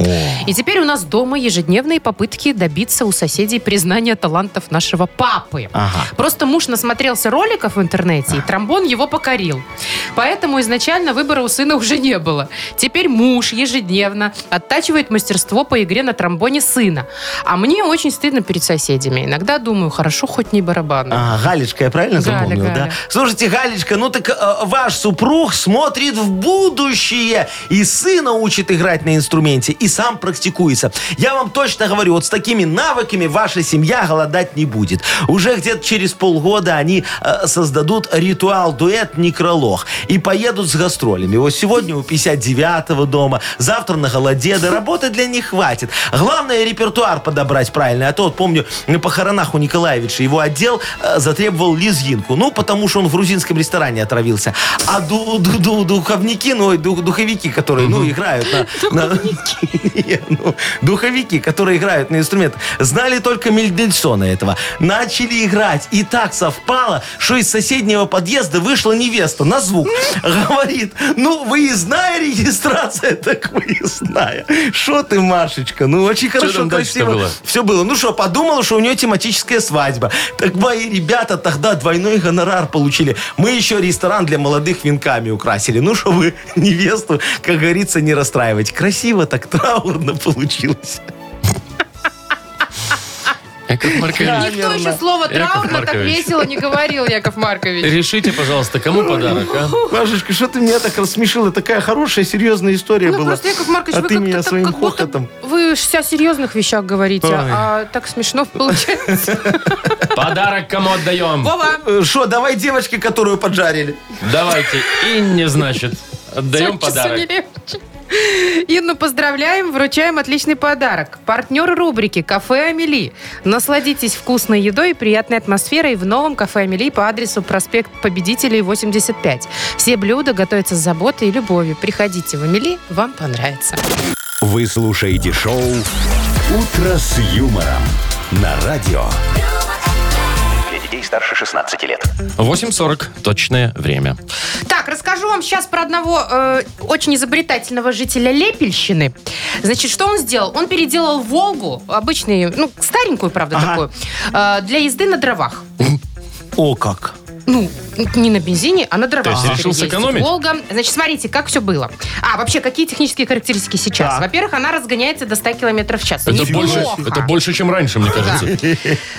Speaker 3: И теперь у нас дома ежедневные попытки добиться у соседей признания талантов нашего папы.
Speaker 4: Ага.
Speaker 3: Просто муж насмотрелся роликов в интернете, и тромбон его покорил. Поэтому изначально выбора у сына уже не было. Теперь муж ежедневно оттачивает мастерство по игре на тромбоне сына. А мне очень стыдно перед соседями. Иногда думаю, хорошо хоть не барабаны.
Speaker 4: А, Галечка, я правильно
Speaker 3: Галя,
Speaker 4: запомнил,
Speaker 3: Галя.
Speaker 4: да? Слушайте, Галечка, ну так э, ваш супруг смотрит в будущее и сына учит играть на инструменте, и сам практикуется. Я вам точно говорю, вот с такими навыками ваша семья голодать не будет. Уже где-то через полгода они э, создадут ритуал-дуэт «Некролог» и поедут с гастролями. Вот сегодня у 59-го дома, завтра на голодеда. Работы для них хватит. Главное репертуар подобрать правильно. А то вот помню, на похоронах у Николаевича его отдел э, затребовал лизгинку. Ну, потому что он в грузинском ресторане отравился. А ду- ду- ду- духовники, ну, ой, ду- духовики, которые, ну, играют на... на- Не, ну, Духовики, которые играют на инструментах, знали только Мельдельсона этого. Начали играть. И так совпало, что из соседнего подъезда вышла невеста на звук. Говорит, ну, выездная регистрация, так выездная. Что ты, Машечка? Ну, очень хорошо,
Speaker 2: там дальше-то
Speaker 4: красиво.
Speaker 2: было?
Speaker 4: Все было. Ну что, подумала, что у нее тематическая свадьба. Так мои ребята тогда двойной гонорар получили. Мы еще ресторан для молодых венками украсили. Ну что вы невесту, как говорится, не расстраивать. Красиво так траурно получилось.
Speaker 2: Яков Маркович,
Speaker 3: Никто еще слово
Speaker 2: Яков
Speaker 3: траурно так
Speaker 2: Маркович.
Speaker 3: весело не говорил, Яков Маркович.
Speaker 2: решите, пожалуйста, кому подарок, а?
Speaker 4: Машечка, что ты меня так рассмешила? Такая хорошая, серьезная история
Speaker 3: Ну,
Speaker 4: была.
Speaker 3: просто, Яков Маркович,
Speaker 4: а
Speaker 3: вы
Speaker 4: ты
Speaker 3: как-то
Speaker 4: меня
Speaker 3: так,
Speaker 4: своим
Speaker 3: как будто
Speaker 4: хохотом.
Speaker 3: Вы все о серьезных вещах говорите,
Speaker 4: Ой.
Speaker 3: а так смешно получается.
Speaker 2: Подарок кому отдаем?
Speaker 3: Вова,
Speaker 4: Э, Что, давай девочке, которую поджарили.
Speaker 2: Давайте. Инне, значит. Отдаем
Speaker 3: Тем часу не
Speaker 2: подарок.
Speaker 3: легче. Инну поздравляем, вручаем отличный подарок. Партнер рубрики «Кафе Амели». Насладитесь вкусной едой и приятной атмосферой в новом «Кафе Амели» по адресу проспект Победителей, 85. Все блюда готовятся с заботой и любовью. Приходите в Амели, вам понравится.
Speaker 1: Вы слушаете шоу «Утро с юмором» на радио.
Speaker 6: Для детей старше 16 лет.
Speaker 2: 8.40. Точное время.
Speaker 3: Так, расскажу вам сейчас про одного э, очень изобретательного жителя Лепельщины. Значит, что он сделал? Он переделал Волгу, обычную, ну, старенькую, правда,
Speaker 4: Ага.
Speaker 3: такую, э, для езды на дровах.
Speaker 4: О, как.
Speaker 3: Ну, не на бензине, а на дровах.
Speaker 2: То есть
Speaker 3: теперь
Speaker 2: решил
Speaker 3: ездит
Speaker 2: сэкономить?
Speaker 3: Волга. Значит, смотрите, как все было. А, вообще, какие технические характеристики сейчас?
Speaker 4: Так.
Speaker 3: Во-первых, она разгоняется до 100 километров в час.
Speaker 2: Это
Speaker 3: Неплохо.
Speaker 2: больше, это больше, чем раньше, мне кажется.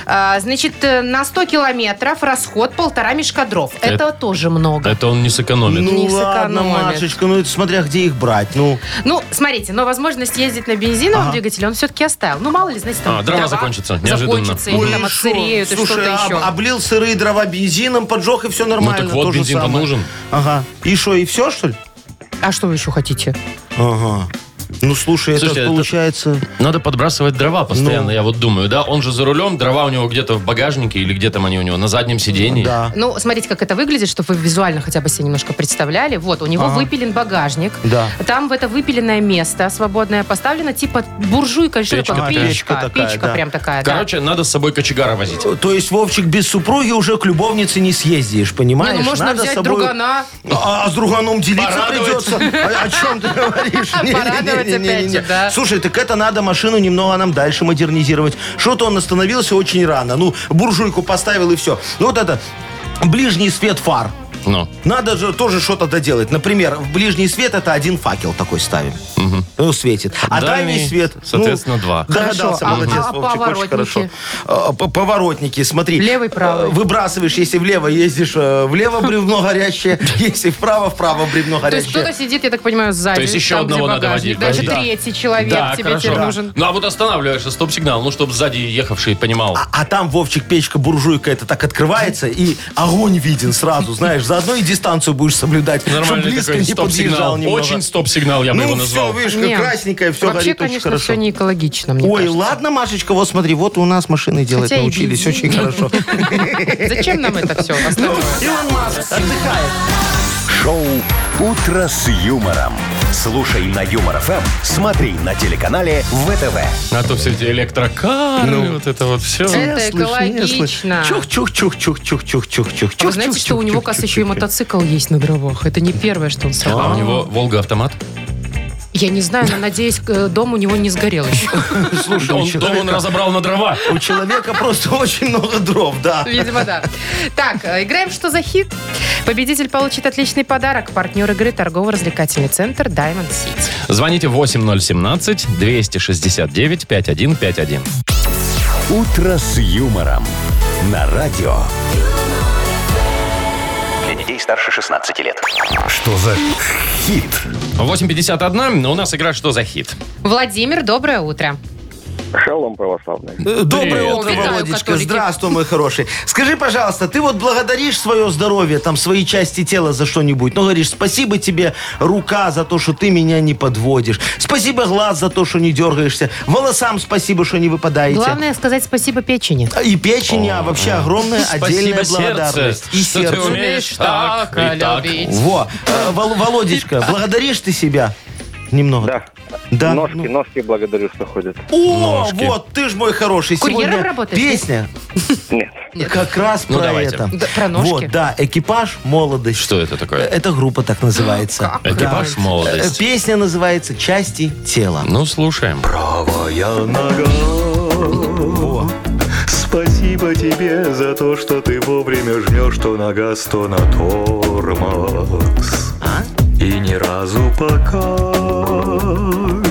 Speaker 3: А, значит, э, на 100 километров расход полтора мешка дров. Это, тоже много.
Speaker 2: Это он не сэкономит.
Speaker 4: Ну
Speaker 3: Не
Speaker 4: ладно,
Speaker 3: сэкономит.
Speaker 4: Машечка, ну это смотря где их брать. Ну,
Speaker 3: Ну, смотрите, но возможность ездить на бензиновом
Speaker 4: Ага.
Speaker 3: двигателе он все-таки оставил. Ну, мало ли, знаете, там
Speaker 2: А, дрова закончатся, неожиданно.
Speaker 3: закончатся,
Speaker 4: Ой,
Speaker 3: или там
Speaker 4: и шо?
Speaker 3: отсыреют, и
Speaker 4: Слушай,
Speaker 3: что-то
Speaker 4: а-
Speaker 3: еще.
Speaker 4: облил сырые дрова бензином, поджег, и все
Speaker 2: Ну
Speaker 4: нормально.
Speaker 2: так вот,
Speaker 4: то же
Speaker 2: бензин-то
Speaker 4: самое.
Speaker 2: нужен.
Speaker 4: Ага. И что, и все, что ли?
Speaker 3: А что вы еще хотите?
Speaker 4: Ага. Ну, слушай,
Speaker 2: Слушайте, это-
Speaker 4: это получается...
Speaker 2: Надо подбрасывать дрова постоянно,
Speaker 4: Ну.
Speaker 2: я вот думаю, да? Он же за рулем, дрова у него где-то в багажнике или где там они у него, на заднем сидении.
Speaker 4: Да,
Speaker 3: Ну, смотрите, как это выглядит, чтобы вы визуально хотя бы себе немножко представляли. Вот, у него
Speaker 4: Ага.
Speaker 3: выпилен багажник.
Speaker 4: да.
Speaker 3: Там в это выпиленное место свободное поставлено типа буржуйка, что
Speaker 2: Печка
Speaker 3: такое?
Speaker 4: такая.
Speaker 3: печка,
Speaker 4: Печка такая,
Speaker 3: печка
Speaker 4: да.
Speaker 3: прям такая, да.
Speaker 2: Короче, надо с собой кочегара возить.
Speaker 4: То есть, Вовчик, без супруги уже к любовнице не съездишь, понимаешь?
Speaker 3: Не, ну можно
Speaker 4: Надо с
Speaker 3: взять
Speaker 4: собой-
Speaker 3: другана.
Speaker 4: А, а с друганом делиться
Speaker 2: Порадовать.
Speaker 4: придется. А- о чем ты говоришь? Не-не-не-не-не-не.
Speaker 3: Порадовать опять же, да.
Speaker 4: Слушай, так это надо машину немного нам дальше модернизировать. Что-то он остановился очень рано. Ну, буржуйку поставил и все. Ну, вот это ближний свет фар.
Speaker 2: Ну,
Speaker 4: Надо же тоже что-то доделать. Например, в ближний свет это один факел такой ставим. Ну, светит. А
Speaker 2: Дальний,
Speaker 4: дальний, свет...
Speaker 2: соответственно, два.
Speaker 3: Хорошо.
Speaker 4: Догадался,
Speaker 3: А-
Speaker 4: молодец,
Speaker 3: а
Speaker 4: Вовчик, очень
Speaker 3: поворотники?
Speaker 4: хорошо. А, п- Поворотники, смотри.
Speaker 3: Левый, правый.
Speaker 4: А, Выбрасываешь, если влево ездишь, э, влево бревно горящее, если вправо, вправо бревно
Speaker 3: То есть кто-то
Speaker 4: горящее.
Speaker 3: сидит, я так понимаю, сзади.
Speaker 2: То есть еще
Speaker 3: там, где
Speaker 2: одного надо водить,
Speaker 3: багажник. Даже
Speaker 2: да?
Speaker 3: третий человек
Speaker 2: да,
Speaker 3: тебе
Speaker 2: хорошо.
Speaker 3: теперь
Speaker 2: Да.
Speaker 3: нужен.
Speaker 2: Ну, а вот останавливаешься, стоп-сигнал, ну, чтобы сзади ехавший понимал.
Speaker 4: А, а там, Вовчик, печка, буржуйка, это так открывается, и огонь виден сразу, знаешь, заодно и дистанцию будешь соблюдать, чтобы
Speaker 2: Нормальный
Speaker 4: близко
Speaker 2: такой
Speaker 4: не подъезжал
Speaker 2: стоп-сигнал.
Speaker 4: немного.
Speaker 2: Очень стоп-сигнал, я бы его
Speaker 4: ну,
Speaker 2: назвал.
Speaker 4: все, видишь,
Speaker 3: Не.
Speaker 4: как красненькое, все
Speaker 3: Вообще,
Speaker 4: горит очень
Speaker 3: конечно,
Speaker 4: хорошо.
Speaker 3: все не экологично, мне
Speaker 4: Ой,
Speaker 3: кажется.
Speaker 4: ладно, Машечка, вот смотри, вот у нас машины делать
Speaker 3: Хотя и
Speaker 4: научились,
Speaker 3: бензин.
Speaker 4: очень хорошо.
Speaker 3: Зачем нам это все?
Speaker 4: Илон Маск отдыхает.
Speaker 1: Шоу «Утро с юмором». Слушай на Юмор ФМ, смотри на телеканале ВТВ.
Speaker 2: А то все эти электрокары,
Speaker 4: Ну.
Speaker 2: вот это вот все.
Speaker 3: Это
Speaker 4: Не слышь, не
Speaker 3: экологично.
Speaker 4: слышь. Чух-чух-чух-чух-чух-чух-чух-чух.
Speaker 3: Вы знаете, что у него, кажется, еще и мотоцикл есть на дровах. Это не первое, что он сразу.
Speaker 2: А у него Волга-автомат?
Speaker 3: Я не знаю, но, надеюсь, к- э, дом у него не сгорел еще.
Speaker 4: Слушай, у
Speaker 2: Он дом он
Speaker 4: человека-
Speaker 2: разобрал на дрова.
Speaker 4: у человека просто очень много дров, да.
Speaker 3: Видимо, да. Так, э, играем «Что за хит?». Победитель получит отличный подарок. Партнер игры торгово-развлекательный центр Diamond City.
Speaker 2: Звоните 8017-269-5151.
Speaker 1: «Утро с юмором» на радио.
Speaker 6: Для детей старше 16 лет.
Speaker 1: Что за хит?
Speaker 2: 8.51, у нас игра «Что за хит?».
Speaker 3: Владимир, доброе утро.
Speaker 7: Шалом православный.
Speaker 4: Э, Доброе
Speaker 2: Привет.
Speaker 4: утро,
Speaker 3: Витаю,
Speaker 4: Володечка.
Speaker 3: католики.
Speaker 4: Здравствуй, мой хороший. Скажи, пожалуйста, ты вот благодаришь свое здоровье, там, свои части тела за что-нибудь? Ну, говоришь, спасибо тебе, рука, за то, что ты меня не подводишь. Спасибо, глаз, за то, что не дергаешься. Волосам спасибо, что не выпадаете.
Speaker 3: Главное сказать спасибо печени.
Speaker 4: И печень, а вообще огромная отдельная благодарность. И
Speaker 2: что ты
Speaker 4: сердце.
Speaker 2: умеешь так и так.
Speaker 4: Во, Э, Вол- Володечка, благодаришь ты себя? Немного.
Speaker 7: Да.
Speaker 4: Да,
Speaker 7: Ножки,
Speaker 4: ну.
Speaker 7: ножки благодарю, что ходят.
Speaker 4: О,
Speaker 2: Ножки.
Speaker 4: вот, ты ж мой хороший.
Speaker 3: Курьером
Speaker 4: Сегодня
Speaker 3: работаешь,
Speaker 4: песня
Speaker 7: Нет.
Speaker 4: как раз
Speaker 2: Ну,
Speaker 4: про
Speaker 2: давайте.
Speaker 4: это.
Speaker 3: Да, про ножки.
Speaker 4: Вот, да, экипаж молодость.
Speaker 2: Что это
Speaker 4: Э,
Speaker 2: такое?
Speaker 4: Эта группа так называется.
Speaker 2: Экипаж
Speaker 4: Да. Э,
Speaker 2: молодость.
Speaker 4: Песня называется «Части тела».
Speaker 2: Ну, слушаем.
Speaker 4: Во.
Speaker 8: Спасибо тебе за то, что ты вовремя жмешь то на газ, то на тормоз. И ни разу пока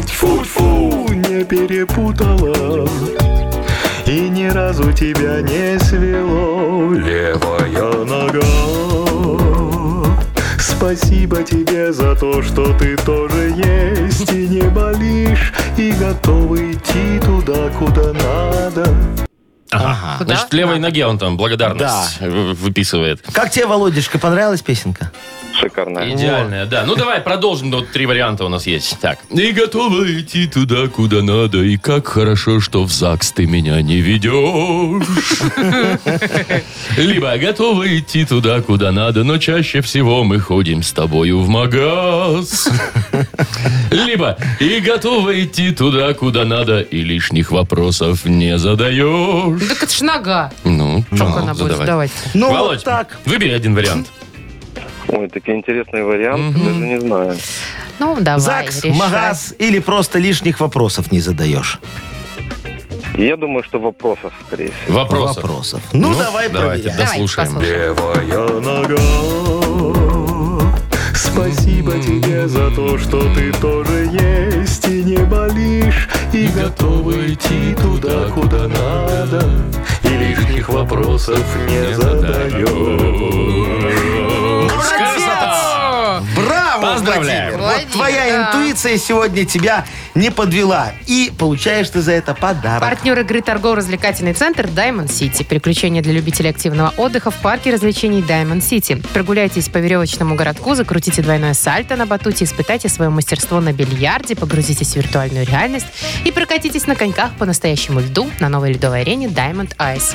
Speaker 8: тьфу-тьфу не перепутала. И ни ни разу тебя не свело, левая нога. Спасибо тебе за то, что ты тоже есть и не болишь, и готов идти туда, куда надо.
Speaker 2: Ага.
Speaker 3: Куда?
Speaker 2: Значит, левой ноге он там благодарность э, выписывает.
Speaker 4: Как тебе, Володюшка, понравилась песенка?
Speaker 7: Шикарная.
Speaker 2: Идеальная, да. Ну давай продолжим. Ну, Вот три варианта у нас есть. Так. И готова идти туда, куда надо. И как хорошо, что в ЗАГС ты меня не ведешь. Либо готова идти туда, куда надо, но чаще всего мы ходим с тобою в магаз. Либо и готова идти туда, куда надо, и лишних вопросов не задаешь.
Speaker 3: Так это ж нога.
Speaker 2: Ну,
Speaker 3: Как
Speaker 2: чё,
Speaker 3: она будет
Speaker 2: задавай.
Speaker 3: сдавать?
Speaker 4: Ну,
Speaker 2: Володь,
Speaker 4: вот так.
Speaker 2: выбери один вариант.
Speaker 7: Ой, такие интересные варианты, даже не знаю.
Speaker 3: Ну, давай,
Speaker 4: ЗАГС,
Speaker 3: решай.
Speaker 4: магаз или просто лишних вопросов не задаешь?
Speaker 7: Я думаю, что вопросов, скорее всего.
Speaker 2: Вопросов.
Speaker 4: Вопросов. Ну, давай
Speaker 2: Давайте
Speaker 4: проверяем.
Speaker 3: Давайте
Speaker 2: дослушаем.
Speaker 3: послушаем.
Speaker 8: Левая нога. Спасибо тебе за то, что ты тоже есть и не болишь, и готова идти туда, куда надо, и лишних вопросов не задаешь.
Speaker 2: Красота!
Speaker 4: Браво,
Speaker 2: Поздравляем.
Speaker 4: Владимир. Вот
Speaker 3: Владимир,
Speaker 4: твоя
Speaker 3: да.
Speaker 4: интуиция сегодня тебя не подвела. И получаешь ты за это подарок.
Speaker 3: Партнер игры торгово-развлекательный центр Diamond City. Приключения для любителей активного отдыха в парке развлечений Diamond City. Прогуляйтесь по веревочному городку, закрутите двойное сальто на батуте, испытайте свое мастерство на бильярде, погрузитесь в виртуальную реальность и прокатитесь на коньках по настоящему льду на новой ледовой арене Diamond Ice.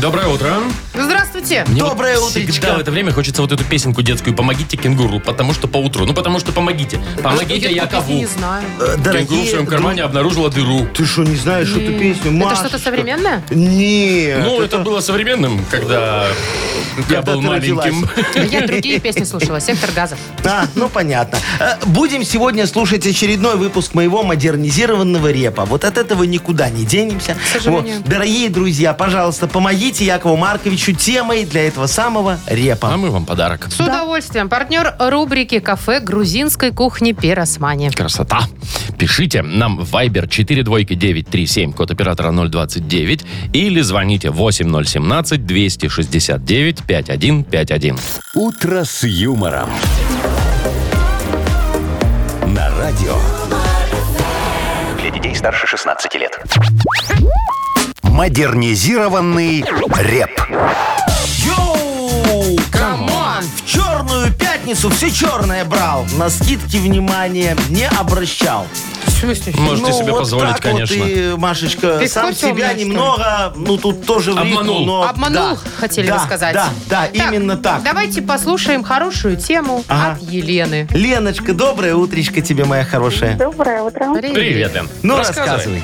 Speaker 2: Доброе утро.
Speaker 3: Здравствуйте!
Speaker 2: Мне
Speaker 4: Доброе
Speaker 2: вот Всегда
Speaker 4: утречко.
Speaker 2: в это время хочется вот эту песенку детскую «Помогите кенгуру», потому что по утру. Ну, потому что помогите. Помогите
Speaker 3: Я такую песню
Speaker 2: Якову.
Speaker 3: Не знаю.
Speaker 4: Э,
Speaker 2: Кенгуру в
Speaker 4: Дорогие
Speaker 2: своем кармане а обнаружила дыру.
Speaker 4: Ты что, не знаешь эту песню?
Speaker 3: Это что-то современное?
Speaker 4: Нет.
Speaker 2: Ну, это было современным, когда я
Speaker 4: Э, Когда
Speaker 2: был
Speaker 4: ты родилась.
Speaker 2: маленьким.
Speaker 3: Я другие песни слушала. Сектор газов.
Speaker 4: А, ну понятно. Э, Будем сегодня слушать очередной выпуск моего модернизированного репа. Вот от этого никуда не денемся.
Speaker 3: сожалению.
Speaker 4: Вот, Дорогие друзья, пожалуйста, помогите Якову Марковичу темой для этого самого репа.
Speaker 2: А мы вам подарок.
Speaker 3: С удовольствием. Партнер рубрики «Кафе грузинской кухни Пиросмани».
Speaker 2: Красота. Пишите нам в Viber 42937, код оператора 029, или звоните 8017-269-5151.
Speaker 1: «Утро с юмором». На радио
Speaker 6: Для детей старше 16 лет.
Speaker 1: «Модернизированный реп».
Speaker 4: Йоу!
Speaker 3: Камон!
Speaker 4: В черную пятницу все черное брал. На скидки внимания не обращал.
Speaker 3: В смысле?
Speaker 2: Можете
Speaker 4: Ну,
Speaker 2: себе
Speaker 4: вот
Speaker 2: позволить,
Speaker 4: так вот
Speaker 2: конечно.
Speaker 4: и, Машечка,
Speaker 3: Ты
Speaker 4: сам
Speaker 3: испортила
Speaker 4: себя
Speaker 3: меня, что ли?
Speaker 4: немного, ну тут тоже в рифму,
Speaker 2: Обманул.
Speaker 4: но-
Speaker 3: Обманул,
Speaker 4: да.
Speaker 3: хотели
Speaker 4: Да,
Speaker 3: бы сказать.
Speaker 4: Да, да,
Speaker 3: Так, ну,
Speaker 4: именно так.
Speaker 3: Давайте послушаем хорошую тему
Speaker 4: Ага.
Speaker 3: от Елены.
Speaker 4: Леночка, доброе утречко тебе, моя хорошая.
Speaker 5: Доброе утро.
Speaker 2: Привет, Лен.
Speaker 4: Ну, рассказывай.